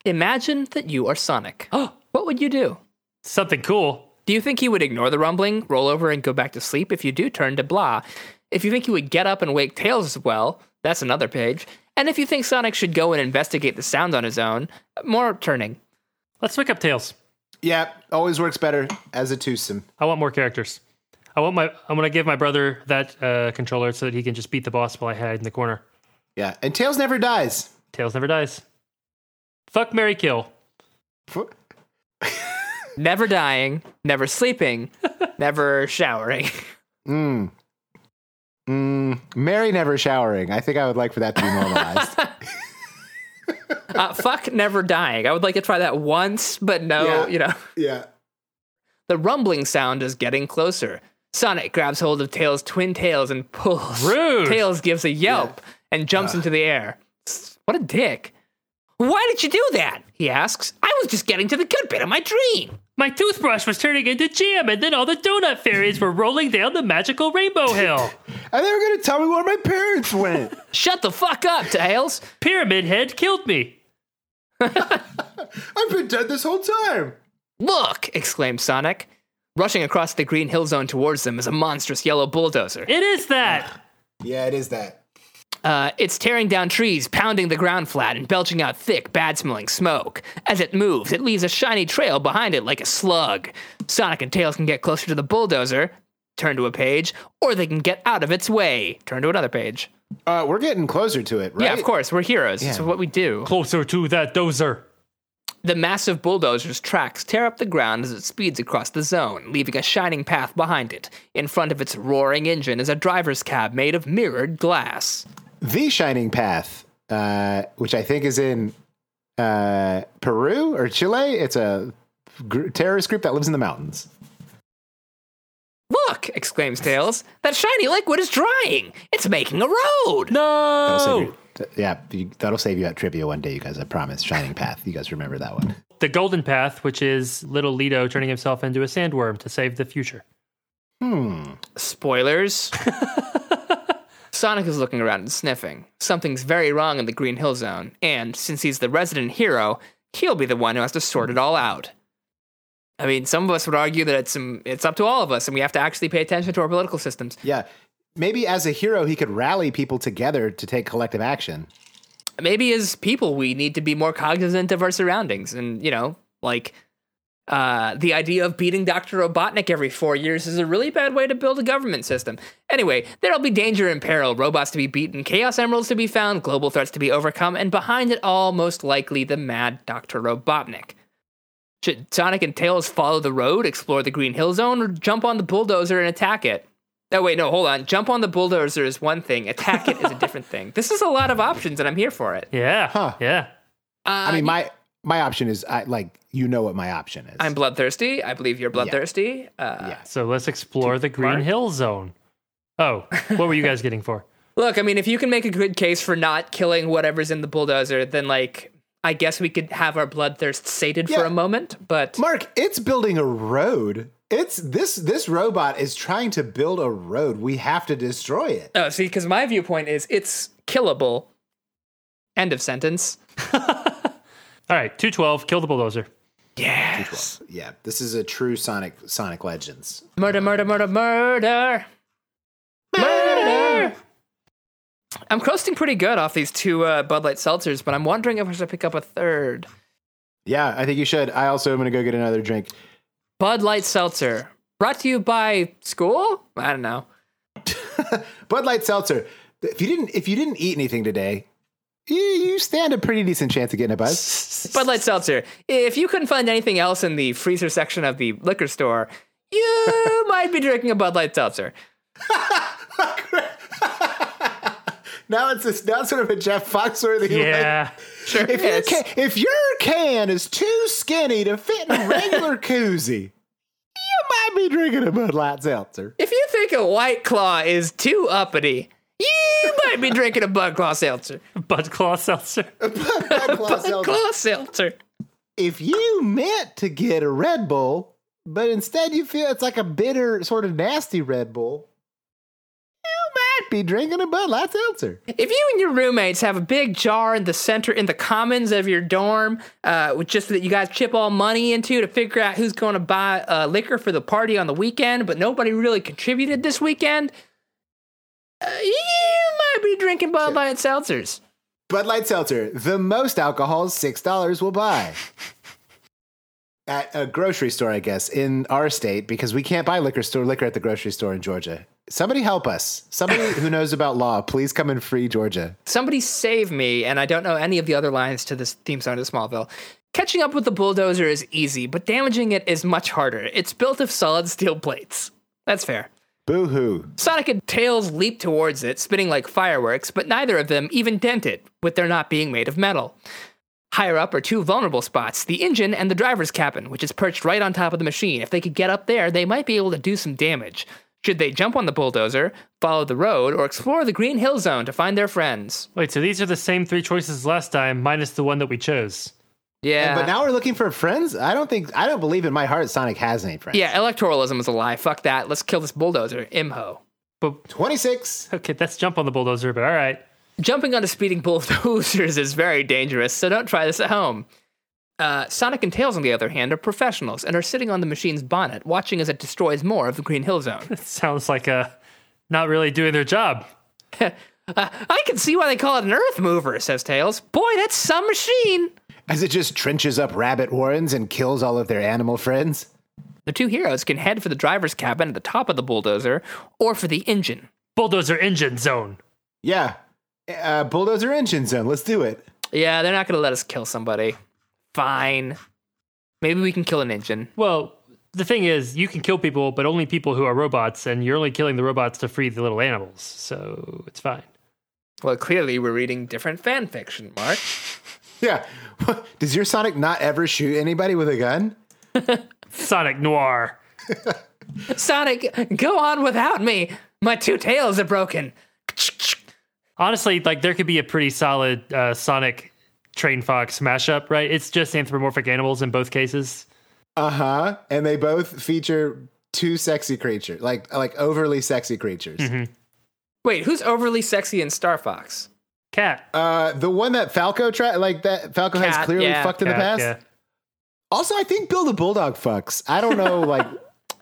Speaker 4: Imagine that you are Sonic. what would you do?
Speaker 2: Something cool.
Speaker 4: Do you think you would ignore the rumbling, roll over, and go back to sleep? If you do, turn to blah. If you think you would get up and wake Tails as well, that's another page. And if you think Sonic should go and investigate the sound on his own, more turning.
Speaker 2: Let's wake up Tails.
Speaker 3: Yeah, always works better as a twosome.
Speaker 2: I want more characters. I want my. I'm gonna give my brother that uh, controller so that he can just beat the boss while I hide in the corner.
Speaker 3: Yeah, and Tails never dies.
Speaker 2: Tails never dies. Fuck Mary Kill.
Speaker 4: Never dying, never sleeping, never showering.
Speaker 3: Mm. Mm. Mary never showering. I think I would like for that to be normalized.
Speaker 4: Uh, fuck never dying. I would like to try that once, but no,
Speaker 3: Yeah.
Speaker 4: you know.
Speaker 3: yeah.
Speaker 4: The rumbling sound is getting closer. Sonic grabs hold of Tails' twin tails and pulls.
Speaker 2: Rude.
Speaker 4: Tails gives a yelp and jumps into the air. S- What a dick. Why did you do that? He asks. I was just getting to the good bit of my dream.
Speaker 2: My toothbrush was turning into jam, and then all the donut fairies were rolling down the magical rainbow hill.
Speaker 3: And they were going to tell me where my parents went.
Speaker 4: Shut the fuck up, Tails.
Speaker 2: Pyramid Head killed me.
Speaker 3: I've been dead this whole time.
Speaker 4: Look, exclaims Sonic. Rushing across the green hill zone towards them is a monstrous yellow bulldozer.
Speaker 2: It is that.
Speaker 3: Yeah, it is that.
Speaker 4: Uh, it's tearing down trees, pounding the ground flat, and belching out thick, bad smelling smoke. As it moves, it leaves a shiny trail behind it like a slug. Sonic and Tails can get closer to the bulldozer, turn to a page, or they can get out of its way, turn to another page.
Speaker 3: Uh, we're getting closer to it, right?
Speaker 4: Yeah, of course, we're heroes. It's
Speaker 3: Yeah.
Speaker 4: what we do.
Speaker 2: Closer to that dozer.
Speaker 4: The massive bulldozer's tracks tear up the ground as it speeds across the zone, leaving a shining path behind it. In front of its roaring engine is a driver's cab made of mirrored glass.
Speaker 3: The Shining Path, uh, which I think is in uh, Peru or Chile. It's a gr- terrorist group that lives in the mountains.
Speaker 4: Look, exclaims Tails, that shiny liquid is drying. It's making a road.
Speaker 3: That'll save
Speaker 2: No.
Speaker 3: you- th- yeah, you, that'll save you at trivia one day, you guys. I promise. Shining Path. You guys remember that one.
Speaker 2: The Golden Path, which is little Leto turning himself into a sandworm to save the future.
Speaker 4: Spoilers. Sonic is looking around and sniffing. Something's very wrong in the Green Hill Zone, and since he's the resident hero, he'll be the one who has to sort it all out. I mean, some of us would argue that it's um, it's up to all of us, and we have to actually pay attention to our political systems.
Speaker 3: Yeah. Maybe as a hero, he could rally people together to take collective action.
Speaker 4: maybe as people we need to be more cognizant of our surroundings and you know like uh, the idea of beating Dr. Robotnik every four years is a really bad way to build a government system. Anyway, there'll be danger and peril, robots to be beaten, chaos emeralds to be found, global threats to be overcome, and behind it all, most likely, the mad Dr. Robotnik. Should Sonic and Tails follow the road, explore the Green Hill Zone, or jump on the bulldozer and attack it? Oh, wait, no, hold on. Jump on the bulldozer is one thing, attack it is a different thing. This is a lot of options, and I'm here for it. Um,
Speaker 2: Yeah.
Speaker 3: Huh.
Speaker 2: Yeah.
Speaker 3: I
Speaker 4: Uh,
Speaker 3: mean, my my option is I like you know what my option is.
Speaker 4: I'm bloodthirsty. I believe you're bloodthirsty. Uh,
Speaker 3: yeah.
Speaker 2: So let's explore the Green Hill Zone. Oh, what were you guys getting for?
Speaker 4: Look, I mean, if you can make a good case for not killing whatever's in the bulldozer, then like I guess we could have our bloodthirst sated for
Speaker 3: Yeah.
Speaker 4: a moment, but
Speaker 3: Mark, it's building a road. It's this this robot is trying to build a road. We have to destroy it.
Speaker 4: oh, see, because my viewpoint is it's killable. End of sentence.
Speaker 2: All right, 212, kill the bulldozer.
Speaker 4: Yes.
Speaker 3: Yeah, this is a true Sonic Sonic Legends.
Speaker 4: Murder, murder, murder, murder. Murder. I'm coasting pretty good off these two uh, Bud Light seltzers, but I'm wondering if I should pick up a third.
Speaker 3: Yeah, I think you should. I also am gonna go get another drink.
Speaker 4: Bud Light Seltzer, brought to you by school? I don't know.
Speaker 3: Bud Light Seltzer. If you didn't if you didn't eat anything today, you, you stand a pretty decent chance of getting a buzz.
Speaker 4: Bud Light Seltzer. If you couldn't find anything else in the freezer section of the liquor store, you might be drinking a Bud Light Seltzer.
Speaker 3: Now it's this now it's sort of a Jeff Foxworthy. like,
Speaker 2: Yeah.
Speaker 4: Sure.
Speaker 3: If, your
Speaker 4: is.
Speaker 3: ca- if your can is too skinny to fit in a regular koozie, you might be drinking a Bud Light Seltzer.
Speaker 4: If you think a White Claw is too uppity, you might be drinking a Bud Claw Seltzer.
Speaker 2: Bud Claw Seltzer.
Speaker 3: Bud Light
Speaker 4: Bud
Speaker 3: Seltzer.
Speaker 4: Claw Seltzer.
Speaker 3: If you meant to get a Red Bull, but instead you feel it's like a bitter, sort of nasty Red Bull, you might be drinking a Bud Light Seltzer.
Speaker 4: If you and your roommates have a big jar in the center, in the commons of your dorm, uh, with just that you guys chip all money into to figure out who's going to buy uh, liquor for the party on the weekend, but nobody really contributed this weekend, uh, you might be drinking Bud Light seltzers.
Speaker 3: Bud Light Seltzer, the most alcohol $6 will buy. At a grocery store, I guess, in our state, because we can't buy liquor store liquor at the grocery store in Georgia. Somebody help us. Somebody who knows about law, please come and free Georgia.
Speaker 4: Somebody save me, and I don't know any of the other lines to this theme song to Smallville. Catching up with the bulldozer is easy, but damaging it is much harder. It's built of solid steel plates. That's fair.
Speaker 3: Boo hoo.
Speaker 4: Sonic and Tails leap towards it, spitting like fireworks, but neither of them even dent it, with their not being made of metal. Higher up are two vulnerable spots the engine and the driver's cabin, which is perched right on top of the machine. If they could get up there, they might be able to do some damage. Should they jump on the bulldozer, follow the road, or explore the Green Hill Zone to find their friends?
Speaker 2: Wait, so these are the same three choices as last time, minus the one that we chose.
Speaker 4: Yeah.
Speaker 3: But now we're looking for friends? I don't think, I don't believe in my heart Sonic has any friends.
Speaker 4: yeah, electoralism is a lie. Fuck that. Let's kill this bulldozer. Imho.
Speaker 2: But
Speaker 3: 26.
Speaker 2: okay, that's jump on the bulldozer, but all right.
Speaker 4: Jumping onto speeding bulldozers is very dangerous, so don't try this at home. Uh, Sonic and Tails, on the other hand, are professionals and are sitting on the machine's bonnet, watching as it destroys more of the Green Hill Zone.
Speaker 2: Sounds like uh not really doing their job.
Speaker 4: Uh, I can see why they call it an Earth Mover, says Tails. Boy, that's some machine!
Speaker 3: As it just trenches up rabbit warrens and kills all of their animal friends.
Speaker 4: The two heroes can head for the driver's cabin at the top of the bulldozer or for the engine.
Speaker 2: Bulldozer engine zone.
Speaker 3: Yeah. Uh, bulldozer engine zone. Let's do it.
Speaker 4: Yeah, they're not going to let us kill somebody. Fine. Maybe we can kill an engine.
Speaker 2: Well, the thing is, you can kill people, but only people who are robots, and you're only killing the robots to free the little animals. So it's fine.
Speaker 4: Well, clearly we're reading different fan fiction, Mark.
Speaker 3: Yeah. Does your Sonic not ever shoot anybody with a gun?
Speaker 2: Sonic Noir.
Speaker 4: Sonic, go on without me. My two tails are broken.
Speaker 2: Honestly, like there could be a pretty solid uh, Sonic Train Fox mashup, right? It's just anthropomorphic animals in both cases.
Speaker 3: Uh huh. And they both feature two sexy creatures, like like overly sexy creatures.
Speaker 4: Wait, who's overly sexy in Star Fox?
Speaker 2: Cat.
Speaker 3: Uh, the one that Falco tried, like that Falco
Speaker 4: Cat,
Speaker 3: has clearly
Speaker 4: yeah.
Speaker 3: fucked in the
Speaker 2: Cat,
Speaker 3: past.
Speaker 2: yeah.
Speaker 3: Also, I think Bill the Bulldog fucks. I don't know, like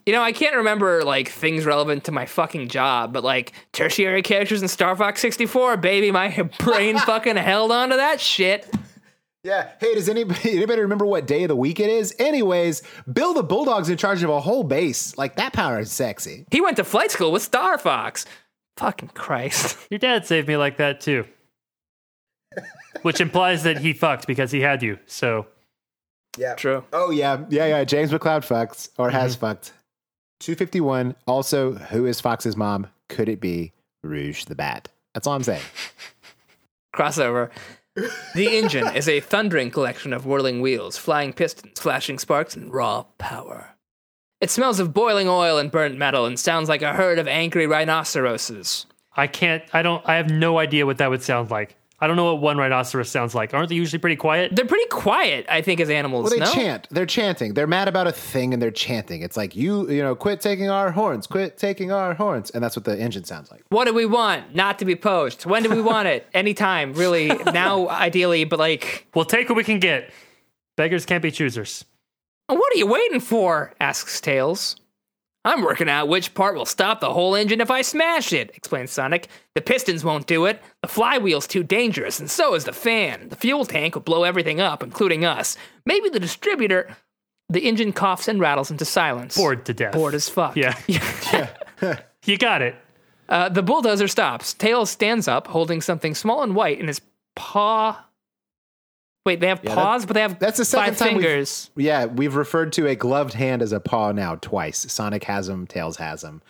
Speaker 4: You know, I can't remember like things relevant to my fucking job, but like tertiary characters in Star Fox 64, baby, my brain fucking held on to that shit.
Speaker 3: Yeah. Hey, does anybody anybody remember what day of the week it is? Anyways, Bill the Bulldog's in charge of a whole base. Like that power is sexy.
Speaker 4: He went to flight school with Star Fox. Fucking Christ.
Speaker 2: Your dad saved me like that too. Which implies that he fucked because he had you. So
Speaker 3: Yeah.
Speaker 4: True.
Speaker 3: Oh yeah, yeah, yeah. James McLeod fucks or has fucked. Two fifty one. Also, who is Fox's mom? Could it be Rouge the Bat? That's all I'm saying.
Speaker 4: Crossover. The engine is a thundering collection of whirling wheels, flying pistons, flashing sparks, and raw power. It smells of boiling oil and burnt metal and sounds like a herd of angry rhinoceroses.
Speaker 2: I can't. I don't. I have no idea what that would sound like. I don't know what one rhinoceros sounds like. Aren't they usually pretty quiet?
Speaker 4: They're pretty quiet, I think, as animals.
Speaker 3: Well, they
Speaker 4: no?
Speaker 3: chant. They're chanting. They're mad about a thing and they're chanting. It's like you, you know, quit taking our horns, quit taking our horns, and that's what the engine sounds like.
Speaker 4: What do we want? Not to be poached. When do we want it? Anytime, really. Now, ideally, but like,
Speaker 2: We'll take what we can get. Beggars can't be choosers.
Speaker 4: what are you waiting for? asks Tails. I'm working out which part will stop the whole engine if I smash it, explains Sonic. The pistons won't do it. The flywheel's too dangerous, and so is the fan. The fuel tank will blow everything up, including us. Maybe the distributor. The engine coughs and rattles into silence.
Speaker 2: Bored to death.
Speaker 4: Bored as fuck.
Speaker 2: Yeah. you got it.
Speaker 4: Uh, the bulldozer stops. Tails stands up, holding something small and white in his paw. Wait, they have paws, but they have
Speaker 3: That's the second
Speaker 4: five
Speaker 3: time we've-
Speaker 4: fingers.
Speaker 3: Yeah, we've referred to a gloved hand as a paw now twice. Sonic has him, Tails has him.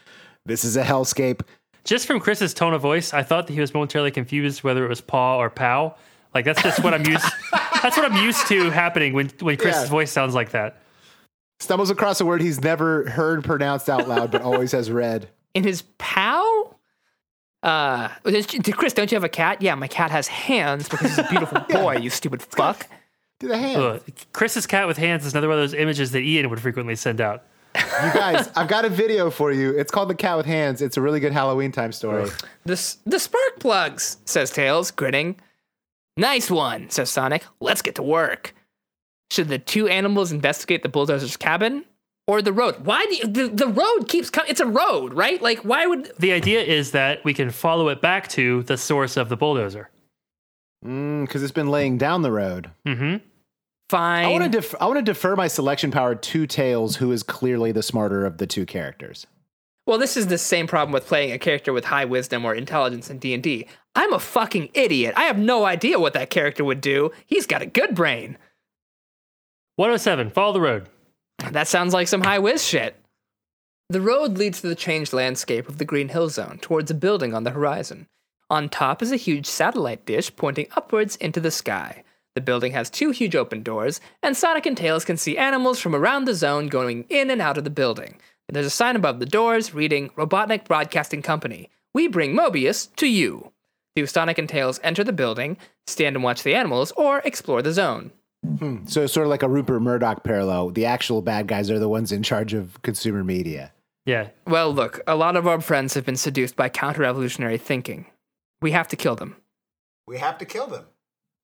Speaker 3: This is a hellscape.
Speaker 2: Just from Chris's tone of voice, I thought that he was momentarily confused whether it was paw or pow. Like that's just what I'm used. that's what I'm used to happening when when Chris's
Speaker 3: Yeah.
Speaker 2: voice sounds like that.
Speaker 3: Stumbles across a word he's never heard pronounced out loud, but always has read.
Speaker 4: In his pow? Uh, does- Chris, don't you have a cat? Yeah, my cat has hands because he's a beautiful boy, you stupid fuck.
Speaker 3: Do the hand.
Speaker 2: Ugh. Chris's cat with hands is another one of those images that Ian would frequently send out.
Speaker 3: You guys, I've got a video for you. It's called The Cat with Hands. It's a really good Halloween time story.
Speaker 4: The, s- the spark plugs, says Tails, grinning. Nice one, says Sonic. Let's get to work. Should the two animals investigate the bulldozer's cabin or the road? Why do you, the, the road keeps coming? It's a road, right? Like, why would.
Speaker 2: The idea is that we can follow it back to the source of the bulldozer.
Speaker 3: Because Mm, it's been laying down the road.
Speaker 2: Mm-hmm.
Speaker 4: Fine.
Speaker 3: I want to def- I want to defer my selection power to Tails, who is clearly the smarter of the two characters.
Speaker 4: well, this is the same problem with playing a character with high wisdom or intelligence in D&D. I'm a fucking idiot. I have no idea what that character would do. He's got a good brain.
Speaker 2: 107. Follow the road.
Speaker 4: That sounds like some high whiz shit. The road leads to the changed landscape of the Green Hill Zone towards a building on the horizon. On top is a huge satellite dish pointing upwards into the sky. The building has two huge open doors, and Sonic and Tails can see animals from around the zone going in and out of the building. There's a sign above the doors reading Robotnik Broadcasting Company. We bring Mobius to you. Do Sonic and Tails enter the building, stand and watch the animals, or explore the zone?
Speaker 3: So sort of like a Rupert Murdoch parallel. The actual bad guys are the ones in charge of consumer media.
Speaker 2: Yeah.
Speaker 4: Well, look, a lot of our friends have been seduced by counter revolutionary thinking. We have to kill them.
Speaker 5: We have to kill them.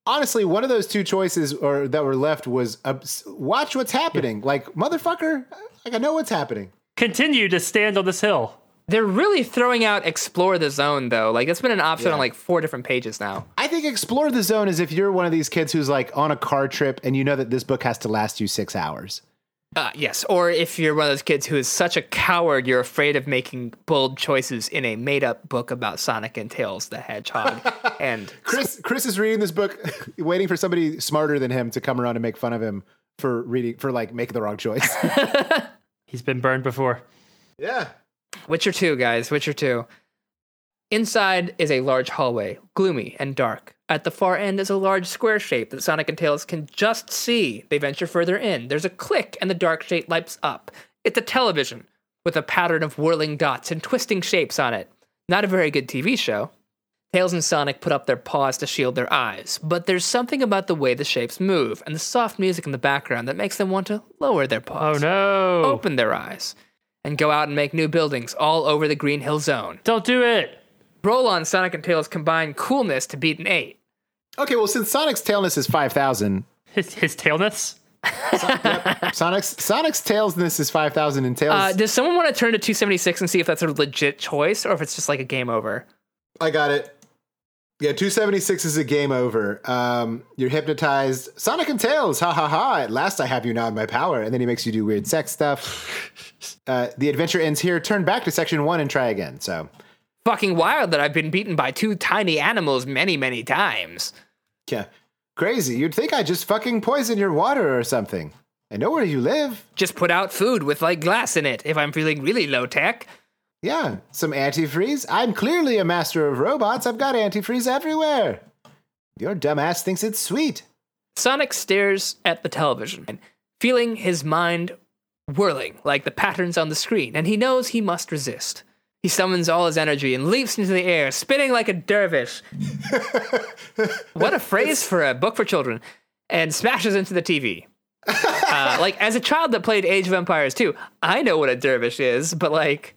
Speaker 3: Honestly, one of those two choices or that were left was uh, watch what's happening. Like motherfucker, like I know what's happening.
Speaker 2: Continue to stand on this hill.
Speaker 4: They're really throwing out explore the zone, though. Like, that's been an option on like four different pages now.
Speaker 3: I think explore the zone is if you're one of these kids who's like on a car trip and you know that this book has to last you six hours.
Speaker 4: Uh, yes, or if you're one of those kids who is such a coward, you're afraid of making bold choices in a made up book about Sonic and Tails the Hedgehog. and
Speaker 3: Chris Chris is reading this book, waiting for somebody smarter than him to come around and make fun of him for reading for like making the wrong choice.
Speaker 2: He's been burned before.
Speaker 3: yeah.
Speaker 4: Witcher 2, guys, Witcher 2. Inside is a large hallway, gloomy and dark. At the far end is a large square shape that Sonic and Tails can just see. They venture further in. There's a click, and the dark shape lights up. It's a television with a pattern of whirling dots and twisting shapes on it. Not a very good TV show. Tails and Sonic put up their paws to shield their eyes, but there's something about the way the shapes move and the soft music in the background that makes them want to lower their paws
Speaker 2: Oh no.
Speaker 4: open their eyes and go out and make new buildings all over the Green Hill Zone.
Speaker 2: Don't do it.
Speaker 4: Roll on Sonic and Tails combined coolness to beat an 8.
Speaker 3: Okay, well, since Sonic's tailness is five thousand,
Speaker 2: His his tailness.
Speaker 3: Sonic's Sonic's tailness is five thousand, and Tails
Speaker 4: Uh, does someone want to turn to 276 and see if that's a legit choice or if it's just like a game over?
Speaker 3: I got it. Yeah, 276 is a game over. Um, you're hypnotized. Sonic and Tails, ha ha ha. At last I have you now in my power. And then he makes you do weird sex stuff. Uh, the adventure ends here. Turn back to section one and try again. So,
Speaker 4: Fucking wild that I've been beaten by two tiny animals many, many times.
Speaker 3: yeah. Crazy. You'd think I just fucking poisoned your water or something. I know where you live.
Speaker 4: Just put out food with like glass in it if I'm feeling really low tech.
Speaker 3: Yeah, some antifreeze. I'm clearly a master of robots. I've got antifreeze everywhere. Your dumbass thinks it's sweet.
Speaker 4: Sonic stares at the television, feeling his mind whirling like the patterns on the screen, and he knows he must resist. He summons all his energy and leaps into the air, spinning like a dervish. what a phrase for a book for children. And smashes into the TV. Uh, like, as a child that played Age of Empires 2, I know what a dervish is, but like,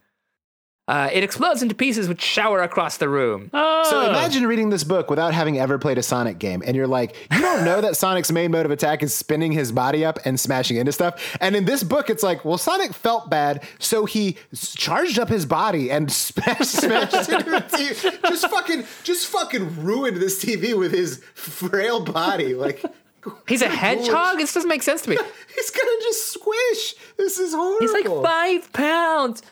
Speaker 4: uh, it explodes into pieces which shower across the room.
Speaker 3: So imagine reading this book without having ever played a Sonic game, and you're like, you don't know that Sonic's main mode of attack is spinning his body up and smashing into stuff. And in this book, it's like, well, Sonic felt bad, so he s- charged up his body and smashed, smashed into a TV. Just fucking, just fucking ruined this TV with his frail body. Like
Speaker 4: He's a hedgehog? This doesn't make sense to me.
Speaker 3: he's gonna just squish. This is horrible.
Speaker 4: He's like five pounds.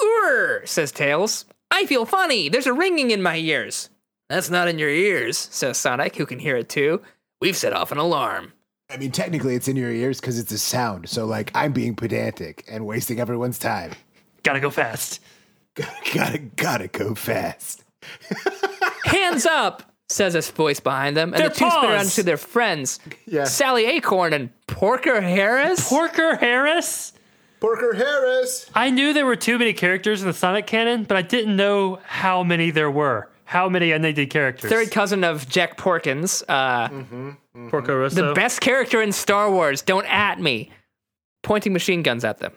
Speaker 4: Urgh, says Tails. I feel funny. There's a ringing in my ears. That's not in your ears, says Sonic, who can hear it too. We've set off an alarm.
Speaker 3: I mean, technically, it's in your ears because it's a sound. So like, I'm being pedantic and wasting everyone's time.
Speaker 2: Gotta go fast.
Speaker 3: gotta, gotta go fast.
Speaker 4: Hands up, says this voice behind them, and
Speaker 2: Their
Speaker 4: the two spin around
Speaker 2: paws.
Speaker 4: to their friends,
Speaker 3: Yeah.
Speaker 4: Sally Acorn and Porker Harris.
Speaker 2: Porker Harris?
Speaker 3: Porker Harris.
Speaker 2: I knew there were too many characters in the Sonic canon, but I didn't know how many there were. How many unnamed characters?
Speaker 4: Third cousin of Jack Porkins, uh,
Speaker 2: Porco
Speaker 4: the
Speaker 2: Rosso.
Speaker 4: best character in Star Wars. Don't at me. Pointing machine guns at them.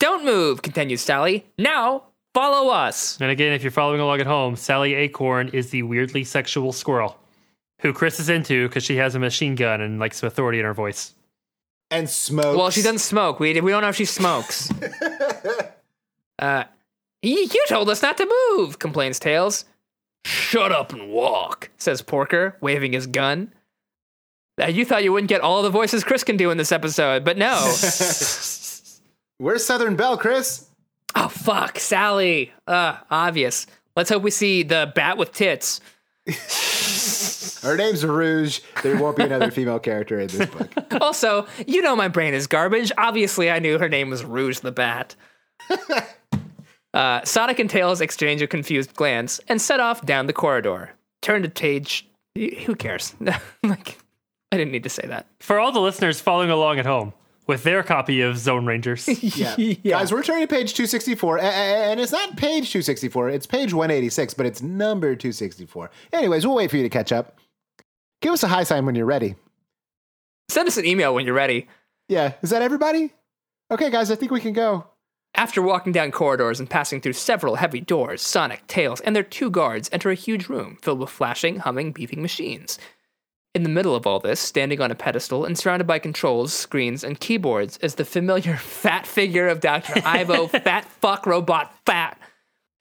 Speaker 4: Don't move, continues Sally. Now follow us.
Speaker 2: and again, if you're following along at home, Sally Acorn is the weirdly sexual squirrel who Chris is into because she has a machine gun and like some authority in her voice.
Speaker 3: and smoke.
Speaker 4: Well, she doesn't smoke. We we don't know if she smokes. uh, you, you told us not to move, complains Tails. Shut up and walk, says Porker, waving his gun. Now, you thought you wouldn't get all the voices Chris can do in this episode, but no.
Speaker 3: Where's Southern Belle, Chris?
Speaker 4: oh fuck, Sally. Uh, obvious. Let's hope we see the bat with tits.
Speaker 3: Her name's Rouge. There won't be another female character in this book.
Speaker 4: Also, you know my brain is garbage. Obviously, I knew her name was Rouge the Bat. uh, Sonic and Tails exchange a confused glance and set off down the corridor. Turn to page. Who cares? like, I didn't need to say that.
Speaker 2: For all the listeners following along at home with their copy of Zone Rangers,
Speaker 3: Yeah. Guys, we're turning to page 264. a- a- a- And it's not page 264, it's page 186, but it's number 264. Anyways, we'll wait for you to catch up. Give us a high sign when you're ready.
Speaker 4: Send us an email when you're ready.
Speaker 3: Yeah. Is that everybody? Okay, guys, I think we can go.
Speaker 4: After walking down corridors and passing through several heavy doors, Sonic, Tails, and their two guards enter a huge room filled with flashing, humming, beeping machines. In the middle of all this, standing on a pedestal and surrounded by controls, screens, and keyboards, is the familiar fat figure of Dr. Ivo, fat fuck robot fat.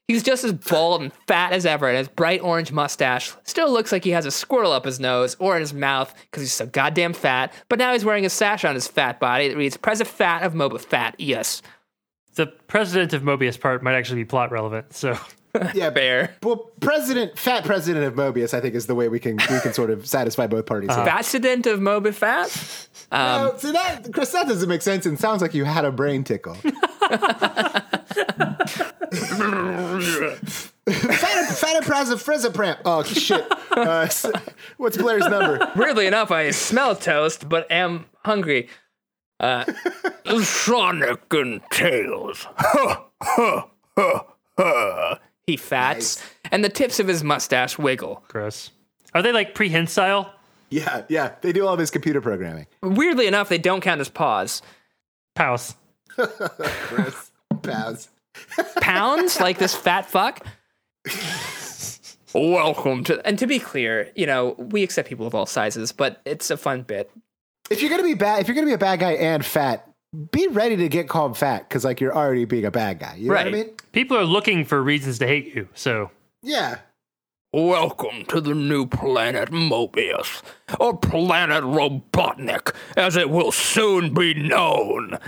Speaker 4: He's just as bald and fat as ever, and his bright orange mustache still looks like he has a squirrel up his nose or in his mouth because he's so goddamn fat, but now he's wearing a sash on his fat body that reads Present Fat of Moba Fat, yes.
Speaker 2: the president of Mobius part might actually be plot relevant. So
Speaker 3: Yeah,
Speaker 4: Bear.
Speaker 3: Well, president, fat president of Mobius, I think is the way we can we can sort of satisfy both parties. here.
Speaker 4: Accident of Moby Fat?
Speaker 3: Oh, see that, Chris, that doesn't make sense, and sounds like you had a brain tickle. Fanta Fanta Frizapramp. Oh shit! Uh, s- what's Blair's number?
Speaker 4: Weirdly enough, I smell toast, but am hungry. Uh, Sonic and Tails. Ha, ha, ha, ha. He fats, and the tips of his mustache wiggle.
Speaker 2: gross. Are they like prehensile?
Speaker 3: Yeah, yeah. They do all this computer programming.
Speaker 4: Weirdly enough, they don't count as paws.
Speaker 2: Pouse.
Speaker 3: Pals.
Speaker 4: Pounds, like this fat fuck. Welcome to. And to be clear, you know, we accept people of all sizes, but it's a fun bit.
Speaker 3: If you're gonna be bad, if you're gonna be a bad guy and fat, be ready to get called fat because like you're already being a bad guy. You know
Speaker 4: Right.
Speaker 3: what I mean?
Speaker 2: People are looking for reasons to hate you. So
Speaker 3: Yeah.
Speaker 4: Welcome to the new planet Mobius, or planet Robotnik, as it will soon be known.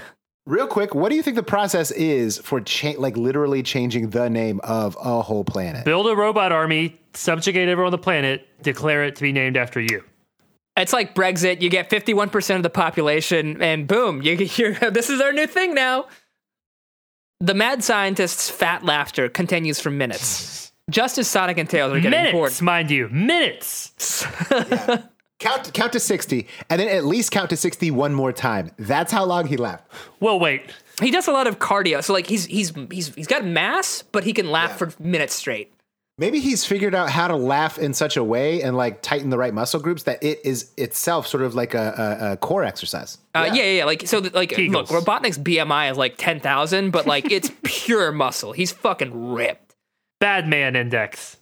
Speaker 3: Real quick, what do you think the process is for cha- like literally changing the name of a whole planet?
Speaker 2: build a robot army, subjugate everyone on the planet, declare it to be named after you.
Speaker 4: It's like Brexit. You get 51% of the population, and boom, you, you're, this is our new thing now. The mad scientist's fat laughter continues for minutes. Just as Sonic and Tails are getting
Speaker 2: Minutes,
Speaker 4: bored.
Speaker 2: mind you, minutes.
Speaker 3: Count count to sixty, and then at least count to sixty one more time. That's how long he left.
Speaker 2: Well, wait.
Speaker 4: He does a lot of cardio, so like he's he's he's he's got mass, but he can laugh
Speaker 5: Yeah.
Speaker 4: for minutes straight.
Speaker 3: Maybe he's figured out how to laugh in such a way and like tighten the right muscle groups that it is itself sort of like a, a, a core exercise.
Speaker 4: Uh, yeah. yeah, yeah, Like so, th- like
Speaker 2: Kegels.
Speaker 4: look, Robotnik's BMI is like ten thousand, but like it's pure muscle. He's fucking ripped.
Speaker 2: Bad man index.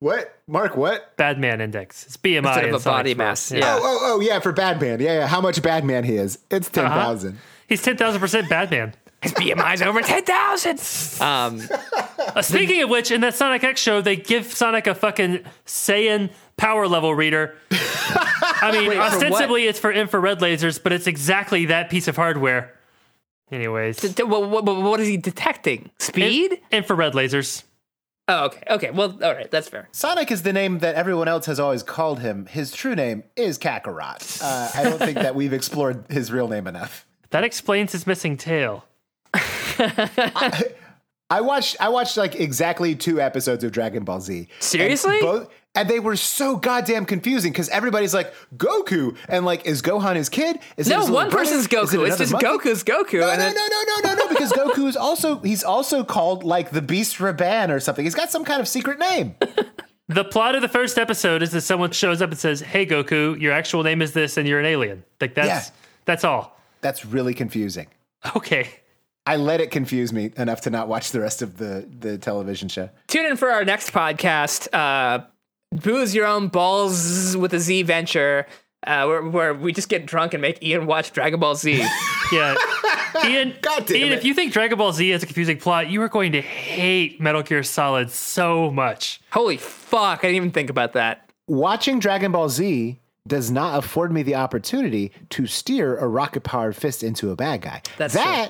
Speaker 3: What, Mark? What?
Speaker 2: Bad man index. It's BMI
Speaker 4: Instead of
Speaker 2: in
Speaker 4: a
Speaker 2: Sonic
Speaker 4: body
Speaker 2: Force.
Speaker 4: mass,
Speaker 2: Yeah.
Speaker 4: yeah.
Speaker 3: Oh, oh, oh, yeah, for Batman. Yeah, yeah. How much Batman he is? It's
Speaker 4: Uh-huh.
Speaker 3: ten thousand.
Speaker 2: He's ten thousand percent bad man.
Speaker 4: His BMI's over ten thousand. Um,
Speaker 2: Uh, speaking of which, in that Sonic X show, they give Sonic a fucking Saiyan power level reader. I mean,
Speaker 4: for what?
Speaker 2: ostensibly it's for infrared lasers, but it's exactly that piece of hardware. Anyways,
Speaker 4: d- d- what, what, what is he detecting? Speed?
Speaker 2: in- infrared lasers.
Speaker 4: oh, okay, okay. Well, all right, that's fair.
Speaker 3: Sonic is the name that everyone else has always called him. His true name is Kakarot. Uh, I don't think that we've explored his real name enough.
Speaker 2: That explains his missing tail.
Speaker 3: I watched I watched like exactly two episodes of Dragon Ball Z.
Speaker 4: Seriously?
Speaker 3: And both and they were so goddamn confusing because everybody's like Goku and like is Gohan his kid? Is it
Speaker 4: No,
Speaker 3: his little
Speaker 4: one
Speaker 3: brother?
Speaker 4: person's
Speaker 3: Is it
Speaker 4: Goku. It's
Speaker 3: another
Speaker 4: just
Speaker 3: monkey?
Speaker 4: Goku's Goku.
Speaker 3: No,
Speaker 4: and
Speaker 3: no,
Speaker 4: then,
Speaker 3: no, no, no, no, no, because Goku is also he's also called like the Beast Raban or something. He's got some kind of secret name.
Speaker 2: The plot of the first episode is that someone shows up and says, "Hey Goku, your actual name is this, and you're an alien." Like that's
Speaker 3: Yeah.
Speaker 2: that's all.
Speaker 3: That's really confusing.
Speaker 2: Okay.
Speaker 3: I let it confuse me enough to not watch the rest of the the television show.
Speaker 4: Tune in for our next podcast. Uh, Booze your own balls with a Z venture, uh, where, where we just get drunk and make Ian watch Dragon Ball Z.
Speaker 2: Yeah. Ian,
Speaker 3: God damn
Speaker 2: Ian
Speaker 3: it.
Speaker 2: if you think Dragon Ball Z has a confusing plot, you are going to hate Metal Gear Solid so much.
Speaker 4: Holy fuck! I didn't even think about that.
Speaker 3: Watching Dragon Ball Z does not afford me the opportunity to steer a rocket powered fist into a bad guy.
Speaker 4: That's
Speaker 3: that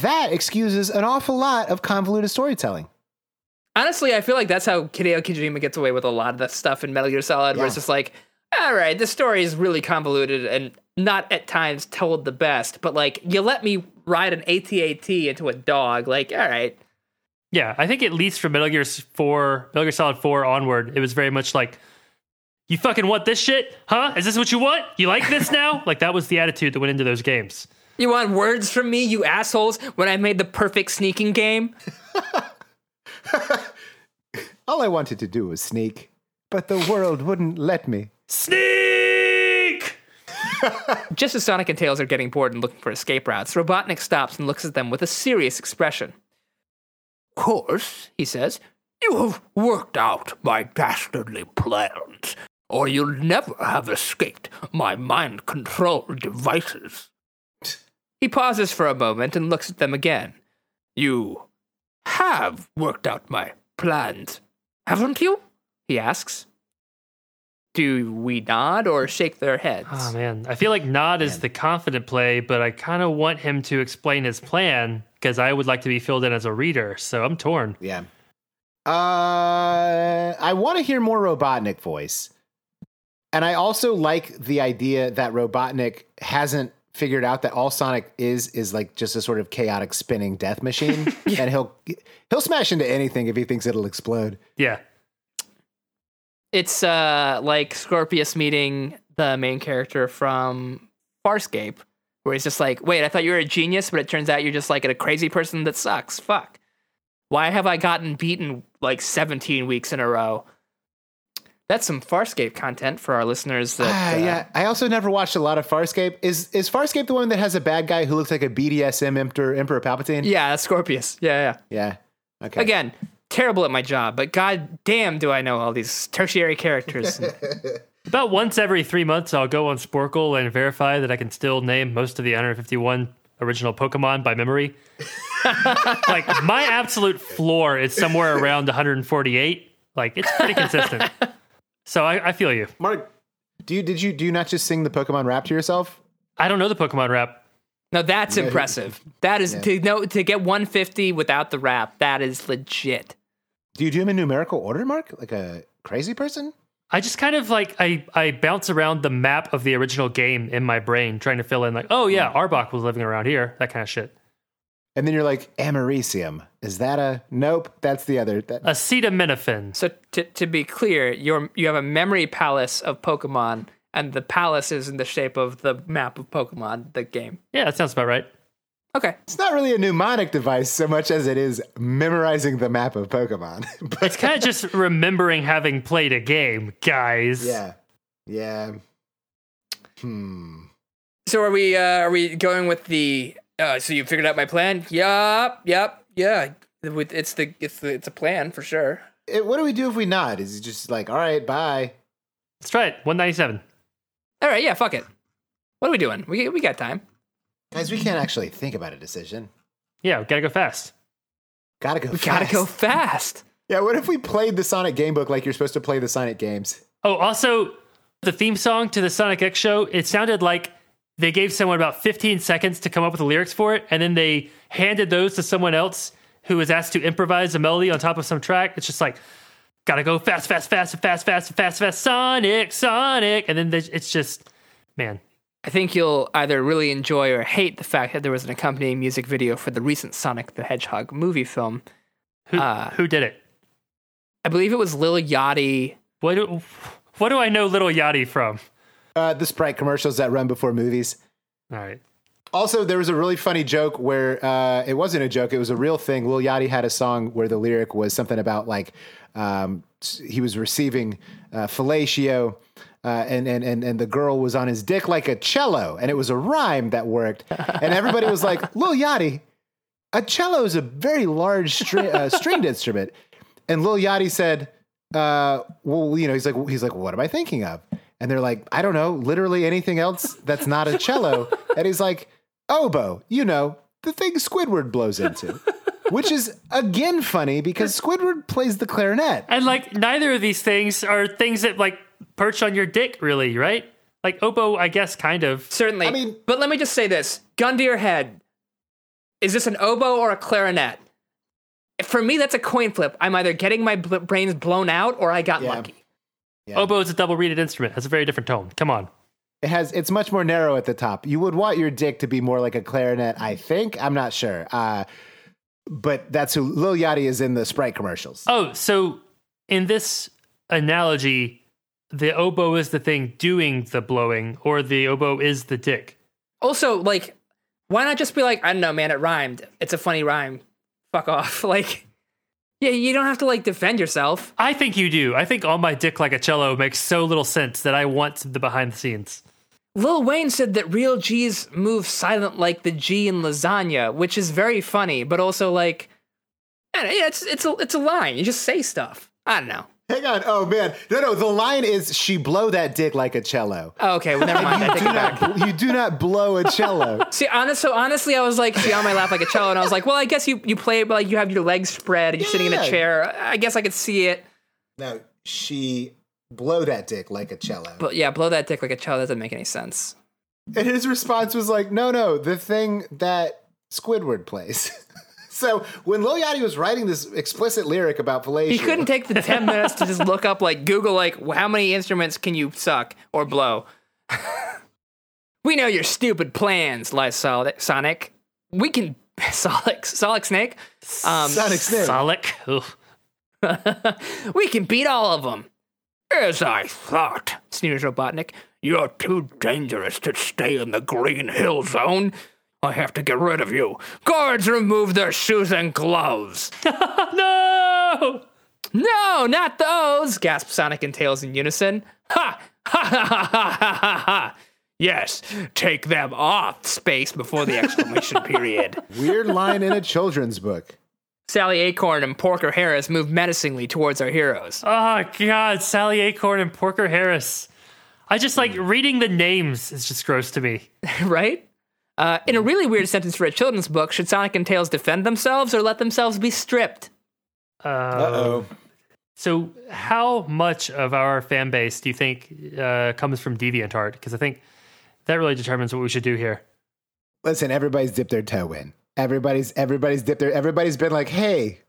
Speaker 3: that excuses an awful lot of convoluted storytelling.
Speaker 4: Honestly, I feel like that's how Hideo Kojima gets away with a lot of the stuff in Metal Gear Solid, where it's
Speaker 3: Yeah.
Speaker 4: just like, all right, this story is really convoluted and not at times told the best, but like, you let me ride an AT-AT into a dog. Like, all right.
Speaker 2: Yeah, I think at least from Metal Gear 4, Metal Gear Solid 4 onward, it was very much like, you fucking want this shit? Huh? Is this what you want? You like this now? like that was the attitude that went into those games.
Speaker 4: You want words from me, you assholes, when I made the perfect sneaking game?
Speaker 3: All I wanted to do was sneak, but the world wouldn't let me.
Speaker 2: Sneak!
Speaker 4: Just as Sonic and Tails are getting bored and looking for escape routes, Robotnik stops and looks at them with a serious expression. Of course, he says, you have worked out my dastardly plans, or you'll never have escaped my mind control devices. He pauses for a moment and looks at them again. You have worked out my plans, haven't you? he asks. Do we nod or shake their heads?
Speaker 3: Ah,
Speaker 2: Oh man, I feel like Nod is the confident play, but I kind of want him to explain his plan because I would like to be filled in as a reader. So I'm torn.
Speaker 3: Yeah. Uh, I want to hear more Robotnik voice. And I also like the idea that Robotnik hasn't figured out that all Sonic is is like just a sort of chaotic spinning death machine and he'll he'll smash into anything if he thinks it'll explode.
Speaker 2: Yeah,
Speaker 4: It's uh like Scorpius meeting the main character from Farscape, where he's just like, "Wait, I thought you were a genius, but it turns out you're just like a crazy person that sucks. Fuck. Why have I gotten beaten like 17 weeks in a row?" That's some Farscape content for our listeners. That
Speaker 3: Ah,
Speaker 4: uh,
Speaker 3: yeah. I also never watched a lot of Farscape. Is is Farscape the one that has a bad guy who looks like a BDSM Emperor Emperor Palpatine?
Speaker 4: yeah, that's Scorpius. Yeah, yeah.
Speaker 3: Yeah. Okay.
Speaker 4: Again, terrible at my job, but god damn, do I know all these tertiary characters.
Speaker 2: about once every three months, I'll go on Sporkle and verify that I can still name most of the 151 original Pokemon by memory. like my absolute floor is somewhere around 148. Like it's pretty consistent. So I, I feel you.
Speaker 3: Mark, do you did you do you not just sing the Pokemon rap to yourself?
Speaker 2: I don't know the Pokemon rap.
Speaker 4: No, that's impressive. That is to know to get 150 without the wrap. That is legit.
Speaker 3: Do you do them in numerical order, Mark? Like a crazy person?
Speaker 2: I just kind of like I, I bounce around the map of the original game in my brain, trying to fill in like, oh yeah, Arbok was living around here, that kind of shit.
Speaker 3: And then you're like, Amaricium. Is that a nope? That's the other. That,
Speaker 2: Acetaminophen.
Speaker 4: So to to be clear, you're you have a memory palace of Pokemon and the palace is in the shape of the map of Pokemon, the game.
Speaker 2: Yeah, that sounds about right.
Speaker 4: Okay,
Speaker 3: It's not really a mnemonic device so much as it is memorizing the map of Pokemon. but
Speaker 2: It's kind of just remembering having played a game, guys.
Speaker 3: yeah, yeah. Hmm.
Speaker 4: so are we? Uh, are we going with the? Uh, so you figured out my plan? Yup, yup, yeah. With- It's the it's the it's a plan for sure.
Speaker 3: It, what do we do if we nod? Is it just like, all right, bye?
Speaker 2: Let's try it. 197.
Speaker 4: All right, yeah, fuck it. What are we doing? We we got time.
Speaker 3: Guys, we can't actually think about a decision.
Speaker 2: Yeah, we gotta go fast.
Speaker 3: Gotta go.
Speaker 4: We gotta go fast.
Speaker 3: Yeah. What if we played the Sonic game book like you're supposed to play the Sonic games?
Speaker 2: Oh, also, the theme song to the Sonic X show, it sounded like they gave someone about 15 seconds to come up with the lyrics for it, and then they handed those to someone else who was asked to improvise a melody on top of some track. It's just like, gotta go fast, fast, fast, fast, fast, fast, fast, Sonic, Sonic. And then they, it's just, man,
Speaker 4: I think you'll either really enjoy or hate the fact that there was an accompanying music video for the recent Sonic the Hedgehog movie film.
Speaker 2: who, who did it?
Speaker 4: I believe it was Lil Yachty.
Speaker 2: What do, what do I know Little Yachty from?
Speaker 3: Uh, the Sprite commercials that run before movies.
Speaker 2: All right.
Speaker 3: Also, there was a really funny joke where uh, it wasn't a joke; it was a real thing. Lil Yachty had a song where the lyric was something about like um, s- he was receiving uh, fellatio, uh, and and and and the girl was on his dick like a cello, and it was a rhyme that worked, and everybody was like, "Lil Yachty, a cello is a very large stri- uh, stringed instrument," and Lil Yachty said, uh, "Well, you know," he's like, "He's like, what am I thinking of?" And they're like, "I don't know, literally anything else that's not a cello," and he's like oboe, you know, the thing Squidward blows into, which is again funny because Squidward plays the clarinet.
Speaker 2: And like neither of these things are things that like perch on your dick, really, right? Like oboe, I guess, kind of.
Speaker 4: Certainly.
Speaker 3: I mean-
Speaker 4: but let me just say this gun to your head. Is this an oboe or a clarinet? For me, that's a coin flip. I'm either getting my bl- brains blown out or I got
Speaker 3: Yeah.
Speaker 4: lucky.
Speaker 3: Yeah.
Speaker 2: Oboe is a double-reeded instrument. Has a very different tone. Come on.
Speaker 3: It has it's much more narrow at the top. You would want your dick to be more like a clarinet, I think. I'm not sure. Uh, but that's who Lil Yachty is in the Sprite commercials.
Speaker 2: Oh, so in this analogy, the oboe is the thing doing the blowing, or the oboe is the dick.
Speaker 4: Also, like, why not just be like, I don't know, man, it rhymed. It's a funny rhyme. Fuck off. Like, yeah, you don't have to, like, defend yourself.
Speaker 2: I think you do. I think on my dick like a cello makes so little sense that I want the behind the scenes.
Speaker 4: Lil Wayne said that real G's move silent like the G in lasagna, which is very funny, but also, like, I don't know, yeah, it's, it's, a, it's a line. You just say stuff. I don't know.
Speaker 3: Hang on. Oh man. No, no, the line is she blow that dick like a cello.
Speaker 4: Okay, well, never mind. I take it back.
Speaker 3: you do not blow a cello.
Speaker 4: See, honest, so honestly, I was like, she on my lap like a cello, and I was like, well, I guess you you play it, but like you have your legs spread, and you're sitting in a
Speaker 3: Yeah.
Speaker 4: chair. I guess I could see it,
Speaker 3: No, she blow that dick like a cello.
Speaker 4: but yeah, blow that dick like a cello doesn't make any sense.
Speaker 3: And his response was like, no, no, the thing that Squidward plays. so when Lil Yachty was writing this explicit lyric about fellatio,
Speaker 4: He couldn't take the ten minutes to just look up like Google like wh- how many instruments can you suck or blow. we know your stupid plans, Lysol Sonic. We can Solic Solic Snake. Um,
Speaker 3: Sonic Snake.
Speaker 2: Solic. Ugh.
Speaker 4: we can beat all of them. As I thought, sneers Robotnik. You're too dangerous to stay in the Green Hill Zone. I have to get rid of you. Guards remove their shoes and gloves.
Speaker 2: No.
Speaker 4: No, not those! Gasp Sonic and Tails in unison. Ha! Ha ha ha ha ha ha ha! Yes, take them off, space before the exclamation period.
Speaker 3: Weird line in a children's book.
Speaker 4: Sally Acorn and Porker Harris move menacingly towards our heroes.
Speaker 2: Oh God, Sally Acorn and Porker Harris. I just like reading the names is just gross to me.
Speaker 4: right? Uh, in a really weird sentence for a children's book, should Sonic and Tails defend themselves or let themselves be stripped?
Speaker 3: Uh-oh.
Speaker 2: So, how much of our fan base do you think uh, comes from DeviantArt? Because I think that really determines what we should do here.
Speaker 3: Listen, everybody's dipped their toe in. Everybody's everybody's dipped their everybody's been like, hey,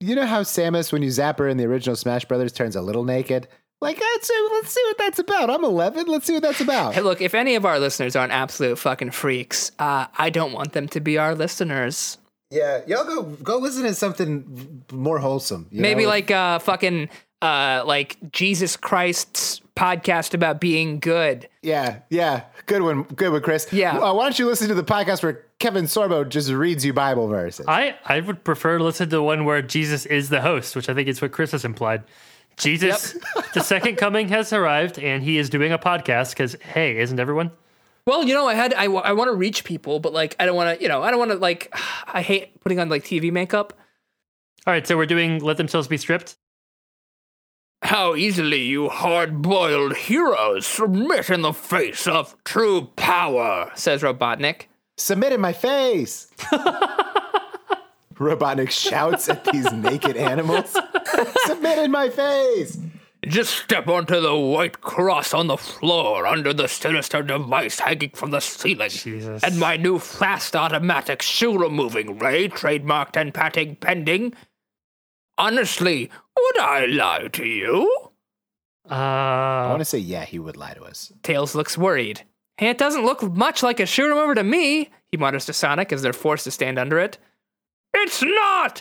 Speaker 3: you know how Samus when you zap her in the original Smash Brothers turns a little naked? Like, let's see, let's see what that's about. I'm 11. Let's see what that's about.
Speaker 4: Hey, look, if any of our listeners aren't absolute fucking freaks, uh, I don't want them to be our listeners.
Speaker 3: Yeah, y'all go go listen to something more wholesome. you
Speaker 4: Maybe
Speaker 3: know?
Speaker 4: like uh, fucking uh, like Jesus Christ's podcast about being good.
Speaker 3: Yeah, yeah. Good one. Good one, Chris.
Speaker 4: Yeah.
Speaker 3: Uh, why don't you listen to the podcast where Kevin Sorbo just reads you Bible verses?
Speaker 2: I, I would prefer to listen to the one where Jesus is the host, which I think is what Chris has implied. Jesus, the second coming has arrived, and he is doing a podcast because, hey, isn't everyone?
Speaker 4: Well, you know, I had I, wa- I want to reach people, but like I don't want to, you know, I don't want to like I hate putting on like TV makeup.
Speaker 2: All right, so we're doing Let Themselves Be Stripped.
Speaker 4: How easily you hard-boiled heroes submit in the face of true power, says Robotnik.
Speaker 3: Submit in my face. Robotnik shouts at these naked animals. Submit in my face.
Speaker 4: Just step onto the white cross on the floor under the sinister device hanging from the ceiling.
Speaker 2: Jesus.
Speaker 4: And my new fast automatic shoe removing ray, trademarked and patent pending. Honestly, would I lie to you?
Speaker 3: I
Speaker 2: Uh,
Speaker 3: want to say, yeah, he would lie to us.
Speaker 4: Tails looks worried. Hey, it doesn't look much like a shoe remover to me, he mutters to Sonic as they're forced to stand under it. It's not!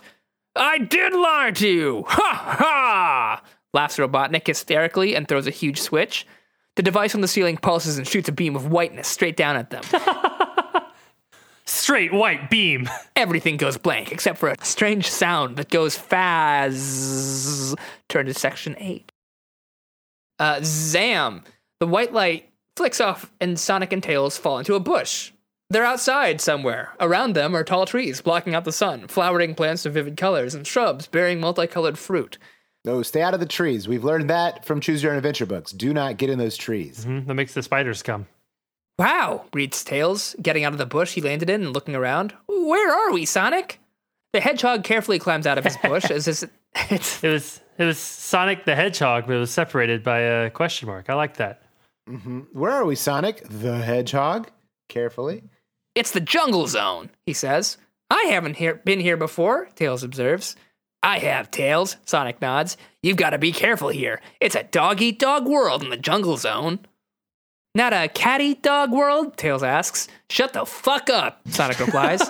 Speaker 4: I did lie to you! Ha ha! Laughs Robotnik hysterically and throws a huge switch. The device on the ceiling pulses and shoots a beam of whiteness straight down at them.
Speaker 2: straight white beam.
Speaker 4: Everything goes blank except for a strange sound that goes faz. Turn to section eight. Uh, zam! The white light flicks off, and Sonic and Tails fall into a bush. They're outside somewhere. Around them are tall trees blocking out the sun, flowering plants of vivid colors, and shrubs bearing multicolored fruit.
Speaker 3: No, stay out of the trees. We've learned that from Choose Your Own Adventure books. Do not get in those trees.
Speaker 2: Mhm, That makes the spiders come.
Speaker 4: Wow, reads Tails, getting out of the bush he landed in and looking around. Where are we, Sonic? The hedgehog carefully climbs out of his bush as his, it's
Speaker 2: It was it was Sonic the Hedgehog, but it was separated by a question mark. I like that.
Speaker 3: Where are we, Sonic? The hedgehog. Carefully.
Speaker 4: It's the jungle zone, he says. I haven't here, been here before, Tails observes. I have, Tails, Sonic nods. You've got to be careful here. It's a dog eat dog world in the jungle zone. Not a cat eat dog world? Tails asks. Shut the fuck up, Sonic replies.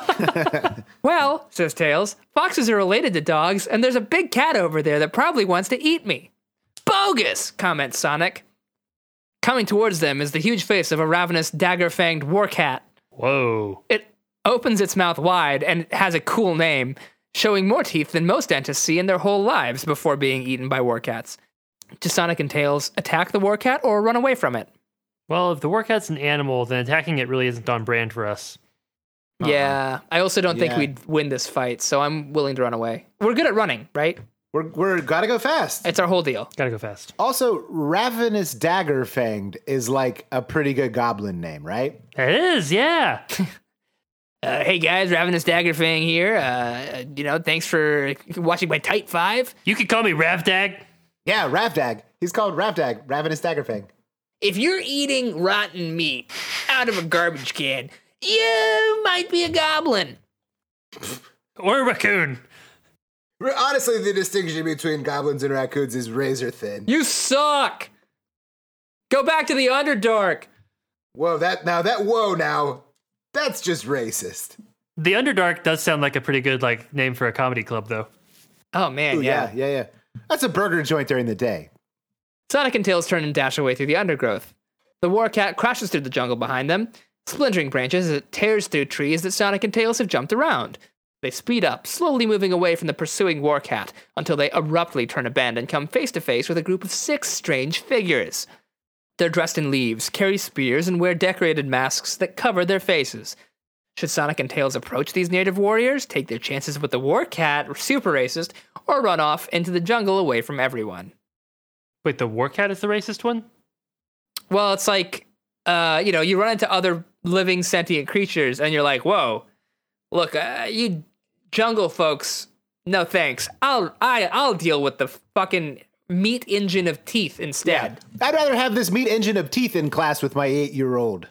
Speaker 4: well, says Tails, foxes are related to dogs, and there's a big cat over there that probably wants to eat me. Bogus, comments Sonic. Coming towards them is the huge face of a ravenous, dagger fanged war cat
Speaker 2: Whoa.
Speaker 4: it opens its mouth wide and it has a cool name, showing more teeth than most dentists see in their whole lives before being eaten by warcats. Do Sonic and Tails attack the warcat or run away from it?
Speaker 2: Well, if the workout's an animal, then attacking it really isn't on brand for us.
Speaker 4: Yeah, I also don't think
Speaker 3: Yeah.
Speaker 4: we'd win this fight, so I'm willing to run away. We're good at running, right?
Speaker 3: We're, we're gotta go fast.
Speaker 4: It's our whole deal.
Speaker 2: Gotta go fast.
Speaker 3: Also, Ravenous Dagger Fanged is like a pretty good goblin name, right?
Speaker 2: It is, yeah.
Speaker 4: Uh, hey guys, Ravenous Dagger Fang here. Uh, you know, thanks for watching my Type 5.
Speaker 2: You could call me Ravdag.
Speaker 3: Yeah, Ravdag. He's called Ravdag, Ravenous Dagger Fang.
Speaker 4: if you're eating rotten meat out of a garbage can, you might be a goblin.
Speaker 2: Or raccoon.
Speaker 5: Re-
Speaker 3: Honestly, the distinction between goblins and raccoons is razor thin.
Speaker 4: You suck. Go back to the Underdark.
Speaker 3: Whoa, that now that whoa now, that's just racist.
Speaker 2: The Underdark does sound like a pretty good like name for a comedy club, though.
Speaker 4: Oh man,
Speaker 3: Ooh,
Speaker 4: yeah.
Speaker 3: yeah, yeah, yeah. That's a burger joint during the day.
Speaker 4: Sonic and Tails turn and dash away through the undergrowth. The Warcat crashes through the jungle behind them, splintering branches as it tears through trees that Sonic and Tails have jumped around. They speed up, slowly moving away from the pursuing Warcat until they abruptly turn a bend and come face to face with a group of six strange figures. They're dressed in leaves, carry spears, and wear decorated masks that cover their faces. Should Sonic and Tails approach these native warriors, take their chances with the Warcat, super racist, or run off into the jungle away from everyone?
Speaker 2: Wait, the Warcat is the racist one?
Speaker 4: Well, it's like, uh, you know, you run into other living sentient creatures and you're like, whoa, look, uh, you jungle folks, no thanks. I'll, I, I'll deal with the fucking meat engine of teeth instead.
Speaker 3: I'd rather have this meat engine of teeth in class with my eight-year-old.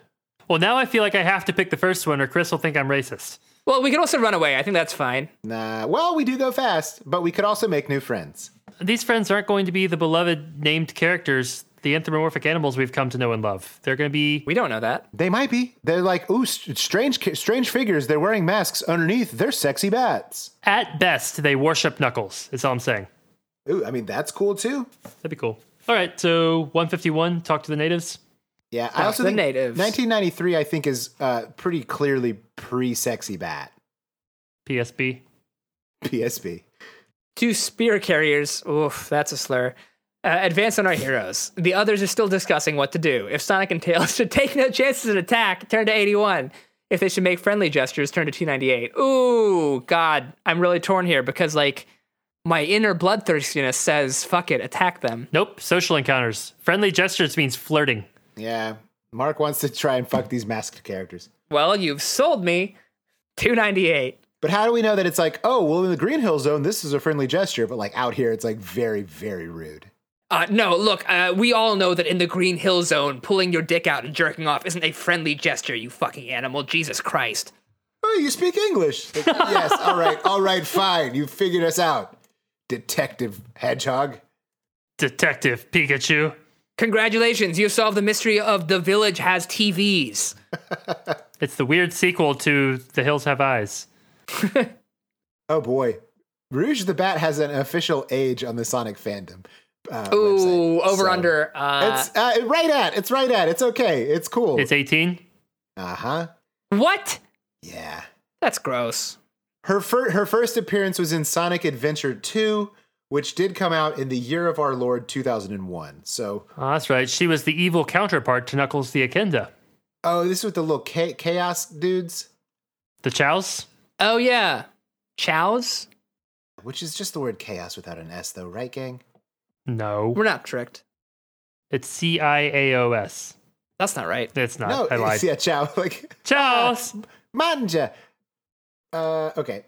Speaker 2: Well, now I feel like I have to pick the first one, or Chris will think I'm racist.
Speaker 4: Well, we can also run away. I think that's fine.
Speaker 3: Nah. Well, we do go fast, but we could also make new friends.
Speaker 2: These friends aren't going to be the beloved named characters, the anthropomorphic animals we've come to know and love. They're going to be.
Speaker 4: We don't know that.
Speaker 3: They might be. They're like, ooh, st- strange, ki- strange figures. They're wearing masks underneath. They're sexy bats.
Speaker 2: At best, they worship Knuckles. That's all I'm saying.
Speaker 3: Ooh, I mean that's cool too.
Speaker 2: That'd be cool. All right, so 151, talk to the natives.
Speaker 3: Yeah, I also
Speaker 4: the
Speaker 3: think
Speaker 4: natives.
Speaker 3: 1993. I think is uh, pretty clearly pre-sexy bat
Speaker 2: PSB.
Speaker 3: PSB.
Speaker 4: Two spear carriers. Oof, that's a slur. Uh, advance on our heroes. The others are still discussing what to do. If Sonic and Tails should take no chances and attack, turn to 81. If they should make friendly gestures, turn to 298. Ooh, God, I'm really torn here because, like, my inner bloodthirstiness says, fuck it, attack them.
Speaker 2: Nope, social encounters. Friendly gestures means flirting.
Speaker 3: Yeah, Mark wants to try and fuck these masked characters.
Speaker 4: Well, you've sold me. 298.
Speaker 3: But how do we know that it's like, oh, well, in the Green Hill Zone, this is a friendly gesture, but like out here, it's like very, very rude.
Speaker 4: Uh, no, look, uh, we all know that in the Green Hill Zone, pulling your dick out and jerking off isn't a friendly gesture, you fucking animal. Jesus Christ.
Speaker 3: Oh, you speak English? Like, yes. All right. All right. Fine. You figured us out, Detective Hedgehog.
Speaker 2: Detective Pikachu.
Speaker 4: Congratulations, you've solved the mystery of The Village Has TVs.
Speaker 2: It's the weird sequel to The Hills Have Eyes.
Speaker 3: Oh boy, Rouge the Bat has an official age on the Sonic fandom. Uh,
Speaker 4: Ooh,
Speaker 3: website.
Speaker 4: over
Speaker 3: So-
Speaker 4: under. Uh,
Speaker 3: It's uh, right at. It's right at. It's okay. It's cool.
Speaker 2: It's 18.
Speaker 3: uh huh.
Speaker 4: what?
Speaker 3: Yeah.
Speaker 4: That's gross.
Speaker 3: Her fir- her first appearance was in Sonic Adventure 2, which did come out in the year of our Lord 2001. So,
Speaker 2: Oh, that's right. She was the evil counterpart to Knuckles the Akenda.
Speaker 3: oh, this is with the little cha- chaos dudes,
Speaker 2: The Chows?
Speaker 4: Oh, yeah. Chows?
Speaker 3: which is just the word chaos without an S, though, right, gang?
Speaker 2: No.
Speaker 4: We're not tricked.
Speaker 2: It's C I A O S.
Speaker 4: That's not right.
Speaker 2: It's not.
Speaker 3: no,
Speaker 2: Uh, I lied.
Speaker 3: it's- yeah, chow. Like
Speaker 2: Chows!
Speaker 3: manja. Uh, okay.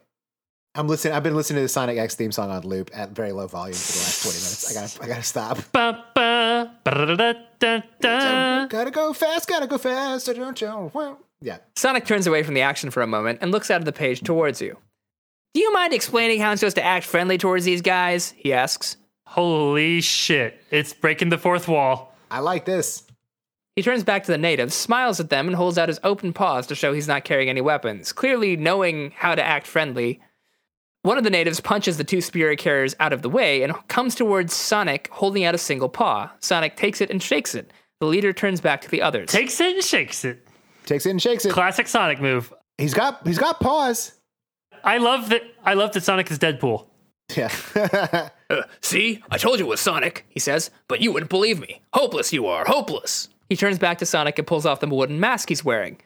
Speaker 3: I'm listening. I've been listening to the Sonic X theme song on loop at very low volume for the last 20 minutes. I gotta, I gotta stop.
Speaker 2: Ba, ba, ba-da-da-da-da.
Speaker 3: Gotta go fast. Gotta go fast. I don't know. Well, Yeah.
Speaker 4: Sonic turns away from the action for a moment and looks out of the page towards you. Do you mind explaining how I'm supposed to act friendly towards these guys? He asks.
Speaker 2: Holy shit. It's breaking the fourth wall.
Speaker 3: I like this.
Speaker 4: He turns back to the natives, smiles at them, and holds out his open paws to show he's not carrying any weapons, clearly knowing how to act friendly. One of the natives punches the two spirit carriers out of the way and comes towards Sonic, holding out a single paw. Sonic takes it and shakes it. The leader turns back to the others.
Speaker 2: Takes it and shakes it.
Speaker 3: Takes it and shakes it.
Speaker 2: Classic Sonic move.
Speaker 3: He's got he's got paws.
Speaker 2: I love that I love that Sonic is Deadpool.
Speaker 3: Yeah.
Speaker 4: See, I told you it was Sonic, he says, but you wouldn't believe me. Hopeless you are, hopeless. He turns back to Sonic and pulls off the wooden mask he's wearing.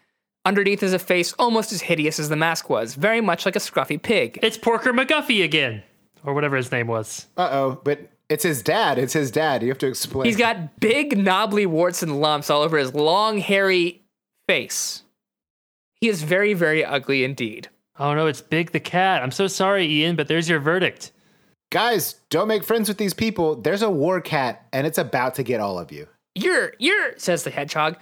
Speaker 4: Underneath is a face almost as hideous as the mask was, very much like a scruffy pig.
Speaker 2: It's Porker McGuffey again. Or whatever his name was.
Speaker 3: uh oh, but it's his dad. It's his dad. You have to explain.
Speaker 4: He's got big, knobbly warts and lumps all over his long, hairy face. He is very, very ugly indeed.
Speaker 2: Oh no, it's Big the Cat. I'm so sorry, Ian, but there's your verdict.
Speaker 3: guys. Don't make friends with these people. There's a war cat, and it's about to get all of you.
Speaker 4: You're, you're, says the hedgehog.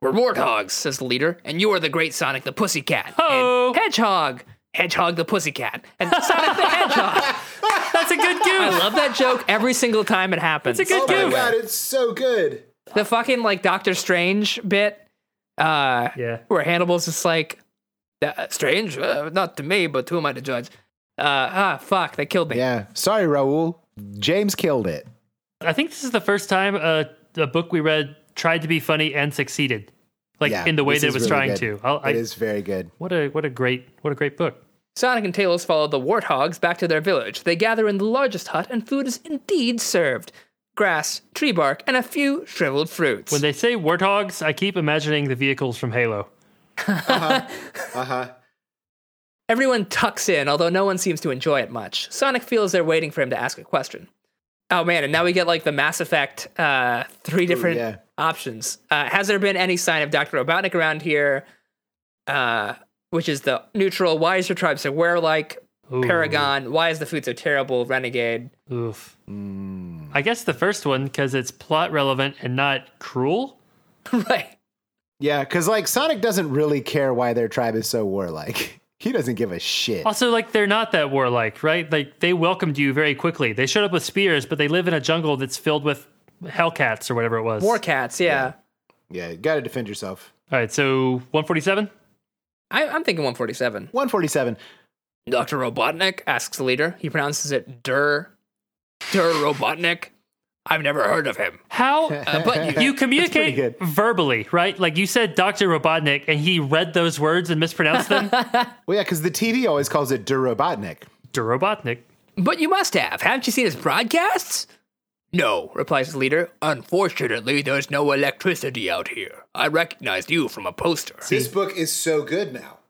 Speaker 4: We're warthogs, says the leader, and you are the great Sonic the Pussycat.
Speaker 2: Ho!
Speaker 4: And hedgehog! Hedgehog the Pussycat. And Sonic the Hedgehog!
Speaker 2: That's a good
Speaker 4: I
Speaker 2: goof.
Speaker 4: love that joke every single time it happens.
Speaker 2: It's a good goof.
Speaker 3: Oh it's so good.
Speaker 4: The fucking like Doctor Strange bit, uh,
Speaker 2: Yeah.
Speaker 4: where Hannibal's just like, "Uh, Strange, uh, not to me, but who am I to judge? Uh, ah, fuck, they killed me.
Speaker 3: Yeah. Sorry, Raul. James killed it.
Speaker 2: I think this is the first time uh, a book we read tried to be funny and succeeded, like
Speaker 3: Yeah,
Speaker 2: in the way
Speaker 3: this
Speaker 2: that it
Speaker 3: is
Speaker 2: was
Speaker 3: really
Speaker 2: trying to.
Speaker 3: good.
Speaker 2: I'll, I,
Speaker 3: it is very good.
Speaker 2: What a what a great what a great book.
Speaker 4: Sonic and Tails follow the warthogs back to their village. They gather in the largest hut, and food is indeed served grass, tree bark, and a few shriveled fruits.
Speaker 2: When they say warthogs, I keep imagining the vehicles from Halo.
Speaker 3: Uh huh.
Speaker 4: Everyone tucks in, although no one seems to enjoy it much. Sonic feels they're waiting for him to ask a question. Oh man, and now we get like the Mass Effect uh, three different
Speaker 3: yeah.
Speaker 4: options. Uh, has there been any sign of Dr. Robotnik around here? Uh, which is the neutral. Why is your tribe so were like?
Speaker 2: Ooh.
Speaker 4: Paragon. Why is the food so terrible? Renegade.
Speaker 2: Oof.
Speaker 3: Mm.
Speaker 2: I guess the first one because it's plot relevant and not cruel.
Speaker 4: right.
Speaker 3: Yeah, because like Sonic doesn't really care why their tribe is so warlike. He doesn't give a shit.
Speaker 2: Also, like they're not that warlike, right? Like they welcomed you very quickly. They showed up with spears, but they live in a jungle that's filled with hellcats or whatever it was.
Speaker 4: War cats. Yeah.
Speaker 3: Yeah, you gotta defend yourself.
Speaker 2: All right, so 147.
Speaker 4: I, I'm thinking 147.
Speaker 3: 147.
Speaker 4: Dr. Robotnik asks the leader. He pronounces it Dur. Dur Robotnik. I've never heard of him.
Speaker 2: How
Speaker 4: Uh, but you,
Speaker 2: you
Speaker 3: good.
Speaker 2: communicate verbally, right? Like you said, Doctor Robotnik, and he read those words and mispronounced them.
Speaker 3: Well, yeah, because the TV always calls it Durobotnik.
Speaker 2: Dr. Robotnik.
Speaker 4: But you must have. Haven't you seen his broadcasts? No, replies the leader. Unfortunately, there's no electricity out here. I recognized you from a poster.
Speaker 5: This book is so good now.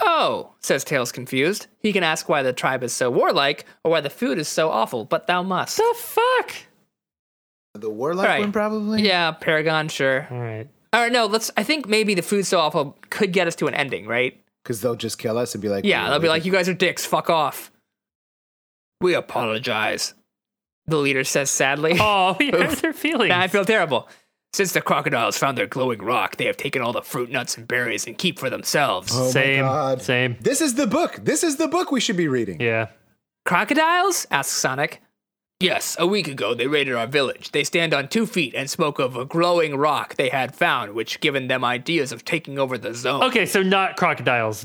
Speaker 4: Oh, says Tails confused. He can ask why the tribe is so warlike or why the food is so awful, but thou must.
Speaker 2: The fuck.
Speaker 5: The warlock
Speaker 4: Right.
Speaker 5: one, probably.
Speaker 4: Yeah, Paragon, sure.
Speaker 2: All right.
Speaker 4: All right, no, let's. I think maybe the food's so awful could get us to an ending, right?
Speaker 3: Because they'll just kill us and be like,
Speaker 4: Yeah, they'll be like, you guys are dicks, fuck off. We apologize, the leader says sadly.
Speaker 2: Oh, we hurt their feelings.
Speaker 4: I feel terrible. Since the crocodiles found their glowing rock, they have taken all the fruit, nuts, and berries and keep for themselves.
Speaker 5: Oh my
Speaker 2: same.
Speaker 5: God.
Speaker 2: Same.
Speaker 3: This is the book. This is the book we should be reading.
Speaker 2: Yeah.
Speaker 4: Crocodiles? asks Sonic. Yes, a week ago they raided our village. They stand on two feet and spoke of a glowing rock they had found, which given them ideas of taking over the zone.
Speaker 2: Okay, so not crocodiles,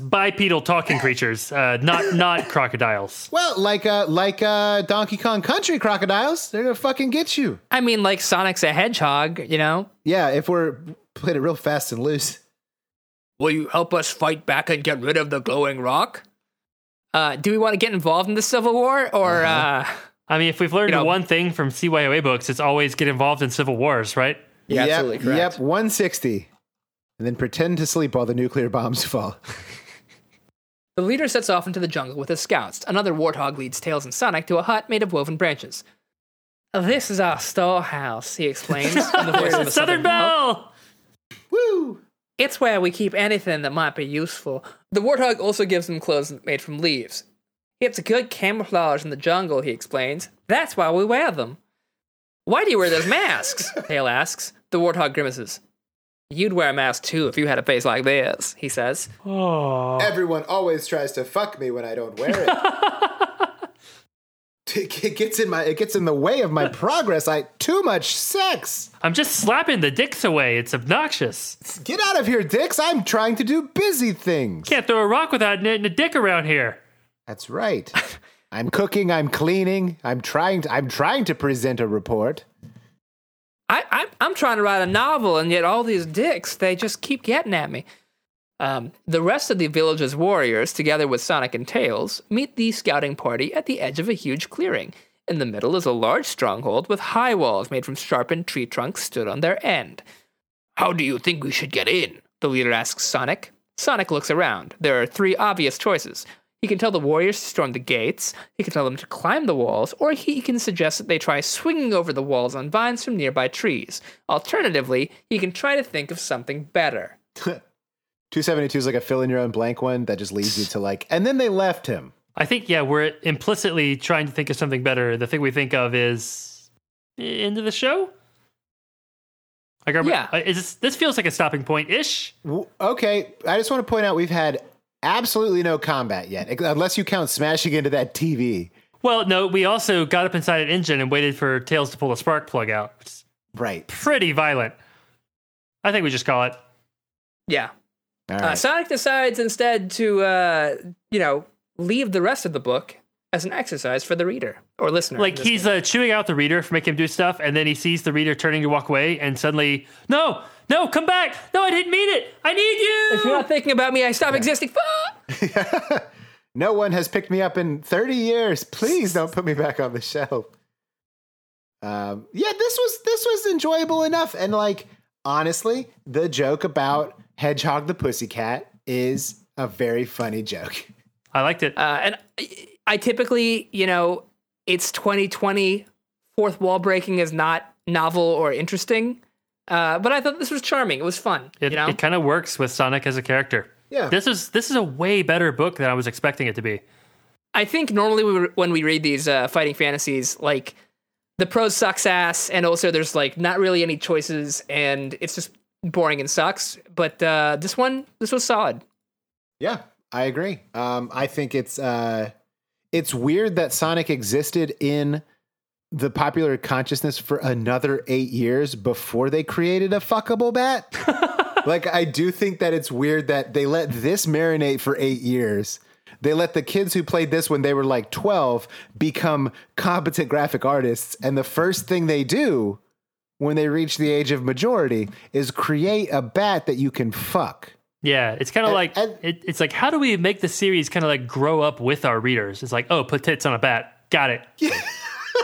Speaker 2: bipedal talking creatures. Uh, not not crocodiles.
Speaker 3: Well, like uh, like uh, Donkey Kong Country crocodiles, they're gonna fucking get you.
Speaker 4: I mean, like Sonic's a hedgehog, you know?
Speaker 3: Yeah, if we're played it real fast and loose.
Speaker 4: Will you help us fight back and get rid of the glowing rock? Uh, do we want to get involved in the Civil War or uh
Speaker 2: I mean, if we've learned
Speaker 4: You know-
Speaker 2: one thing from CYOA books, it's always get involved in civil wars, right?
Speaker 4: Yeah,
Speaker 3: yep,
Speaker 4: absolutely correct.
Speaker 3: Yep, 160. And then pretend to sleep while the nuclear bombs fall.
Speaker 4: The leader sets off into the jungle with his scouts. Another warthog leads Tails and Sonic to a hut made of woven branches. This is our storehouse, he explains in the voice of a
Speaker 2: Southern Belle.
Speaker 3: Woo!
Speaker 4: It's where we keep anything that might be useful. The warthog also gives them clothes made from leaves. It's a good camouflage in the jungle, he explains. That's why we wear them. Why do you wear those masks? Tail asks. The warthog grimaces. You'd wear a mask too if you had a face like this, he says.
Speaker 5: Everyone always tries to fuck me when I don't wear it.
Speaker 3: It it gets in my it gets in the way of my progress. I too much sex.
Speaker 2: I'm just slapping the dicks away. It's obnoxious.
Speaker 3: Get out of here, dicks. I'm trying to do busy things.
Speaker 2: Can't throw a rock without knitting a dick around here.
Speaker 3: That's right. I'm cooking, I'm cleaning, I'm trying to, I'm trying to present a report.
Speaker 4: I, I, I'm trying to write a novel, and yet all these dicks, they just keep getting at me. Um, the rest of the village's warriors, together with Sonic and Tails, meet the scouting party at the edge of a huge clearing. In the middle is a large stronghold with high walls made from sharpened tree trunks stood on their end. How do you think we should get in? The leader asks Sonic. Sonic looks around. There are three obvious choices. He can tell the warriors to storm the gates, he can tell them to climb the walls, or he can suggest that they try swinging over the walls on vines from nearby trees. Alternatively, he can try to think of something better.
Speaker 3: 272 is like a fill in your own blank one that just leads you to like and then they left him.
Speaker 2: I think yeah, we're implicitly trying to think of something better. The thing we think of is end of the show. Like, are we-
Speaker 4: Yeah.
Speaker 2: uh, is this, this feels like a stopping point ish?
Speaker 3: W- Okay, I just want to point out we've had absolutely no combat yet, ex- unless you count smashing into that TV.
Speaker 2: Well, no, we also got up inside an engine and waited for Tails to pull a spark plug out. It's
Speaker 3: Right.
Speaker 2: pretty violent. I think we just call it.
Speaker 4: Yeah.
Speaker 3: All
Speaker 4: Uh,
Speaker 3: right.
Speaker 4: Sonic decides instead to, uh, you know, leave the rest of the book as an exercise for the reader or listener.
Speaker 2: Like he's uh, chewing out the reader for making him do stuff, and then he sees the reader turning to walk away, and suddenly, no, no, come back! No, I didn't mean it. I
Speaker 4: if you're
Speaker 2: need you.
Speaker 4: not thinking about me, I stop existing. Fuck!
Speaker 3: no one has picked me up in 30 years. Please don't put me back on the shelf. Um, yeah, this was this was enjoyable enough, and like honestly, the joke about Hedgehog the Pussycat is a very funny joke.
Speaker 2: I liked it.
Speaker 4: Uh, and I- I typically, you know, it's 2020. Fourth wall breaking is not novel or interesting. Uh, but I thought this was charming. It was fun.
Speaker 2: It,
Speaker 4: you know,
Speaker 2: it kind of works with Sonic as a character.
Speaker 3: Yeah.
Speaker 2: This is this is a way better book than I was expecting it to be.
Speaker 4: I think normally we, when we read these uh, fighting fantasies, like the prose sucks ass, and also there's like not really any choices, and it's just boring and sucks. But uh, this one, this was solid.
Speaker 3: Yeah, I agree. Um, I think it's uh, it's weird that Sonic existed in the popular consciousness for another eight years before they created a fuckable bat. like, I do think that it's weird that they let this marinate for eight years. They let the kids who played this when they were like 12 become competent graphic artists. And the first thing they do when they reach the age of majority is create a bat that you can fuck.
Speaker 2: Yeah, it's kind of like
Speaker 3: and-
Speaker 2: it, it's like how do we make the series kind of like grow up with our readers? It's like oh, put tits on a bat. Got it.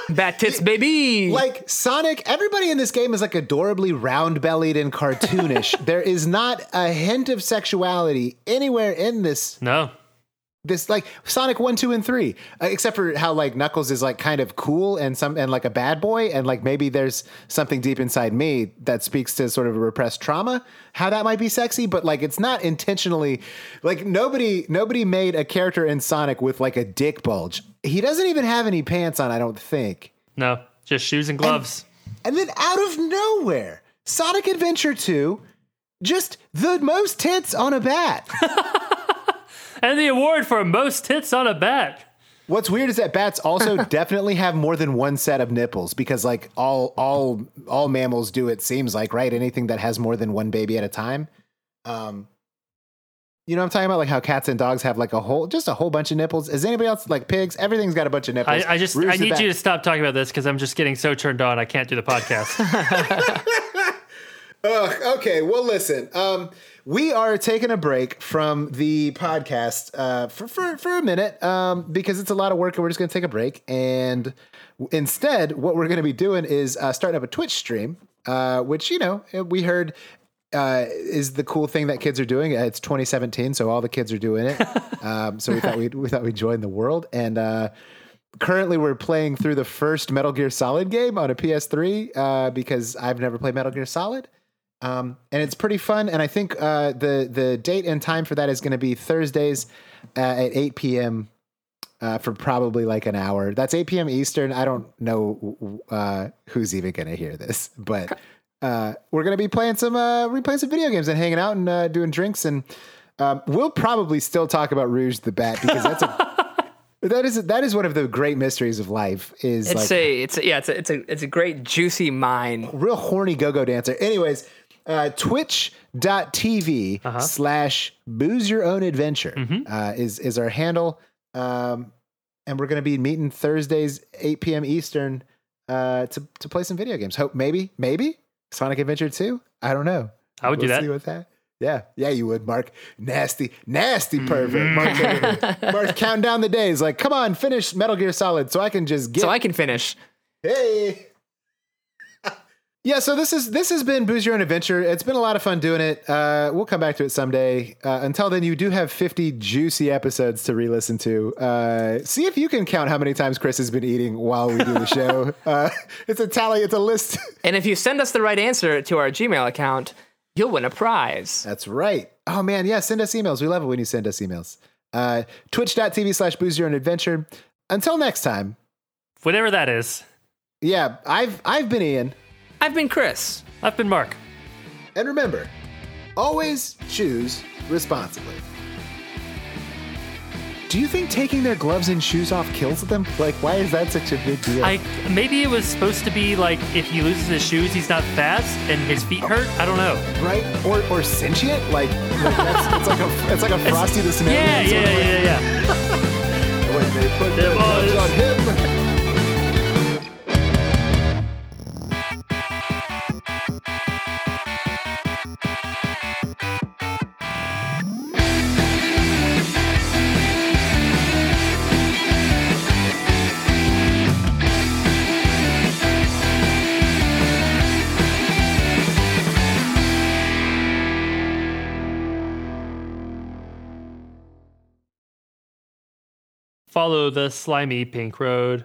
Speaker 4: Bat tits, baby.
Speaker 3: Like Sonic, everybody in this game is like adorably round bellied and cartoonish. there is not a hint of sexuality anywhere in this
Speaker 2: No,
Speaker 3: this like Sonic one, two, and three, uh, except for how like Knuckles is like kind of cool and some and like a bad boy, and like maybe there's something deep inside me that speaks to sort of a repressed trauma. How that might be sexy, but like it's not intentionally. Like nobody, nobody made a character in Sonic with like a dick bulge. He doesn't even have any pants on, I don't think.
Speaker 2: no, just shoes and gloves.
Speaker 3: And then out of nowhere, Sonic Adventure two, just the most tits on a bat.
Speaker 2: And the award for most tits on a bat.
Speaker 3: What's weird is that bats also definitely have more than one set of nipples because like all all all mammals do it seems like, right? Anything that has more than one baby at a time. Um you know what I'm talking about? Like how cats and dogs have like a whole just a whole bunch of nipples. Is anybody else like pigs? Everything's got a bunch of nipples.
Speaker 2: I, I just I
Speaker 3: Roosters,
Speaker 2: need you to
Speaker 3: bats-
Speaker 2: stop talking about this because I'm just getting so turned on. I can't do the podcast.
Speaker 3: Ugh, okay, well listen. Um we are taking a break from the podcast uh for for, for a minute um because it's a lot of work and we're just going to take a break and w- instead what we're going to be doing is uh starting up a Twitch stream uh which you know we heard uh, is the cool thing that kids are doing. Uh, It's 2017, so all the kids are doing it. um, so we thought we we thought we'd join the world. And uh, currently, we're playing through the first Metal Gear Solid game on a PS3 uh, because I've never played Metal Gear Solid. Um, and it's pretty fun. And I think uh, the the date and time for that is going to be Thursdays uh, at 8 p.m. Uh, for probably like an hour. That's 8 p.m. Eastern. I don't know uh, who's even going to hear this, but uh, we're going to be playing some uh, we're playing some video games and hanging out and uh, doing drinks. And um, we'll probably still talk about Rouge the Bat because that's a that is that is one of the great mysteries of life. Is
Speaker 4: it's
Speaker 3: like,
Speaker 4: a, it's a, yeah, it's a, it's a, it's a great juicy mine.
Speaker 3: real horny go-go dancer. Anyways, uh, twitch.tv
Speaker 2: Uh-huh.
Speaker 3: slash booze your own adventure
Speaker 2: Mm-hmm.
Speaker 3: uh, is, is our handle. Um, and we're going to be meeting Thursdays, 8 p.m. Eastern uh, to, to play some video games. Hope maybe, maybe Sonic Adventure 2. I don't know.
Speaker 2: I would do
Speaker 3: We'll
Speaker 2: that.
Speaker 3: See what that. Yeah, yeah, you would, Mark. Nasty, nasty pervert. Mark, Zuckerberg.
Speaker 2: Mm.
Speaker 3: Mark counting down the days. Like, come on, finish Metal Gear Solid so I can just get
Speaker 4: So I can finish.
Speaker 3: Hey. yeah, so this is this has been Booze Your Own Adventure. It's been a lot of fun doing it. Uh, we'll come back to it someday. Uh, until then, you do have 50 juicy episodes to re-listen to. Uh, see if you can count how many times Chris has been eating while we do the show. uh, it's a tally. It's a list.
Speaker 4: And if you send us the right answer to our Gmail account, you'll win a prize.
Speaker 3: That's right. Oh man, yeah, send us emails. We love it when you send us emails. Uh, Twitch.tv slash Booze Your Own Adventure. Until next time.
Speaker 2: Whatever that is.
Speaker 3: Yeah, I've I've been Ian.
Speaker 4: I've been Chris.
Speaker 2: I've been Mark.
Speaker 3: And remember, always choose responsibly. Do you think taking their gloves and shoes off kills them? Like, why is that such a big deal?
Speaker 2: I maybe it was supposed to be like if he loses his shoes, he's not fast and his feet hurt. I don't know.
Speaker 3: right? Or or sentient? Like, like that's, it's like a it's like a Frosty the Snowman.
Speaker 2: Yeah,
Speaker 3: sort of
Speaker 2: yeah, yeah, yeah.
Speaker 3: when they put
Speaker 2: There
Speaker 3: their gloves
Speaker 2: was-
Speaker 3: on him.
Speaker 2: Follow the slimy pink road.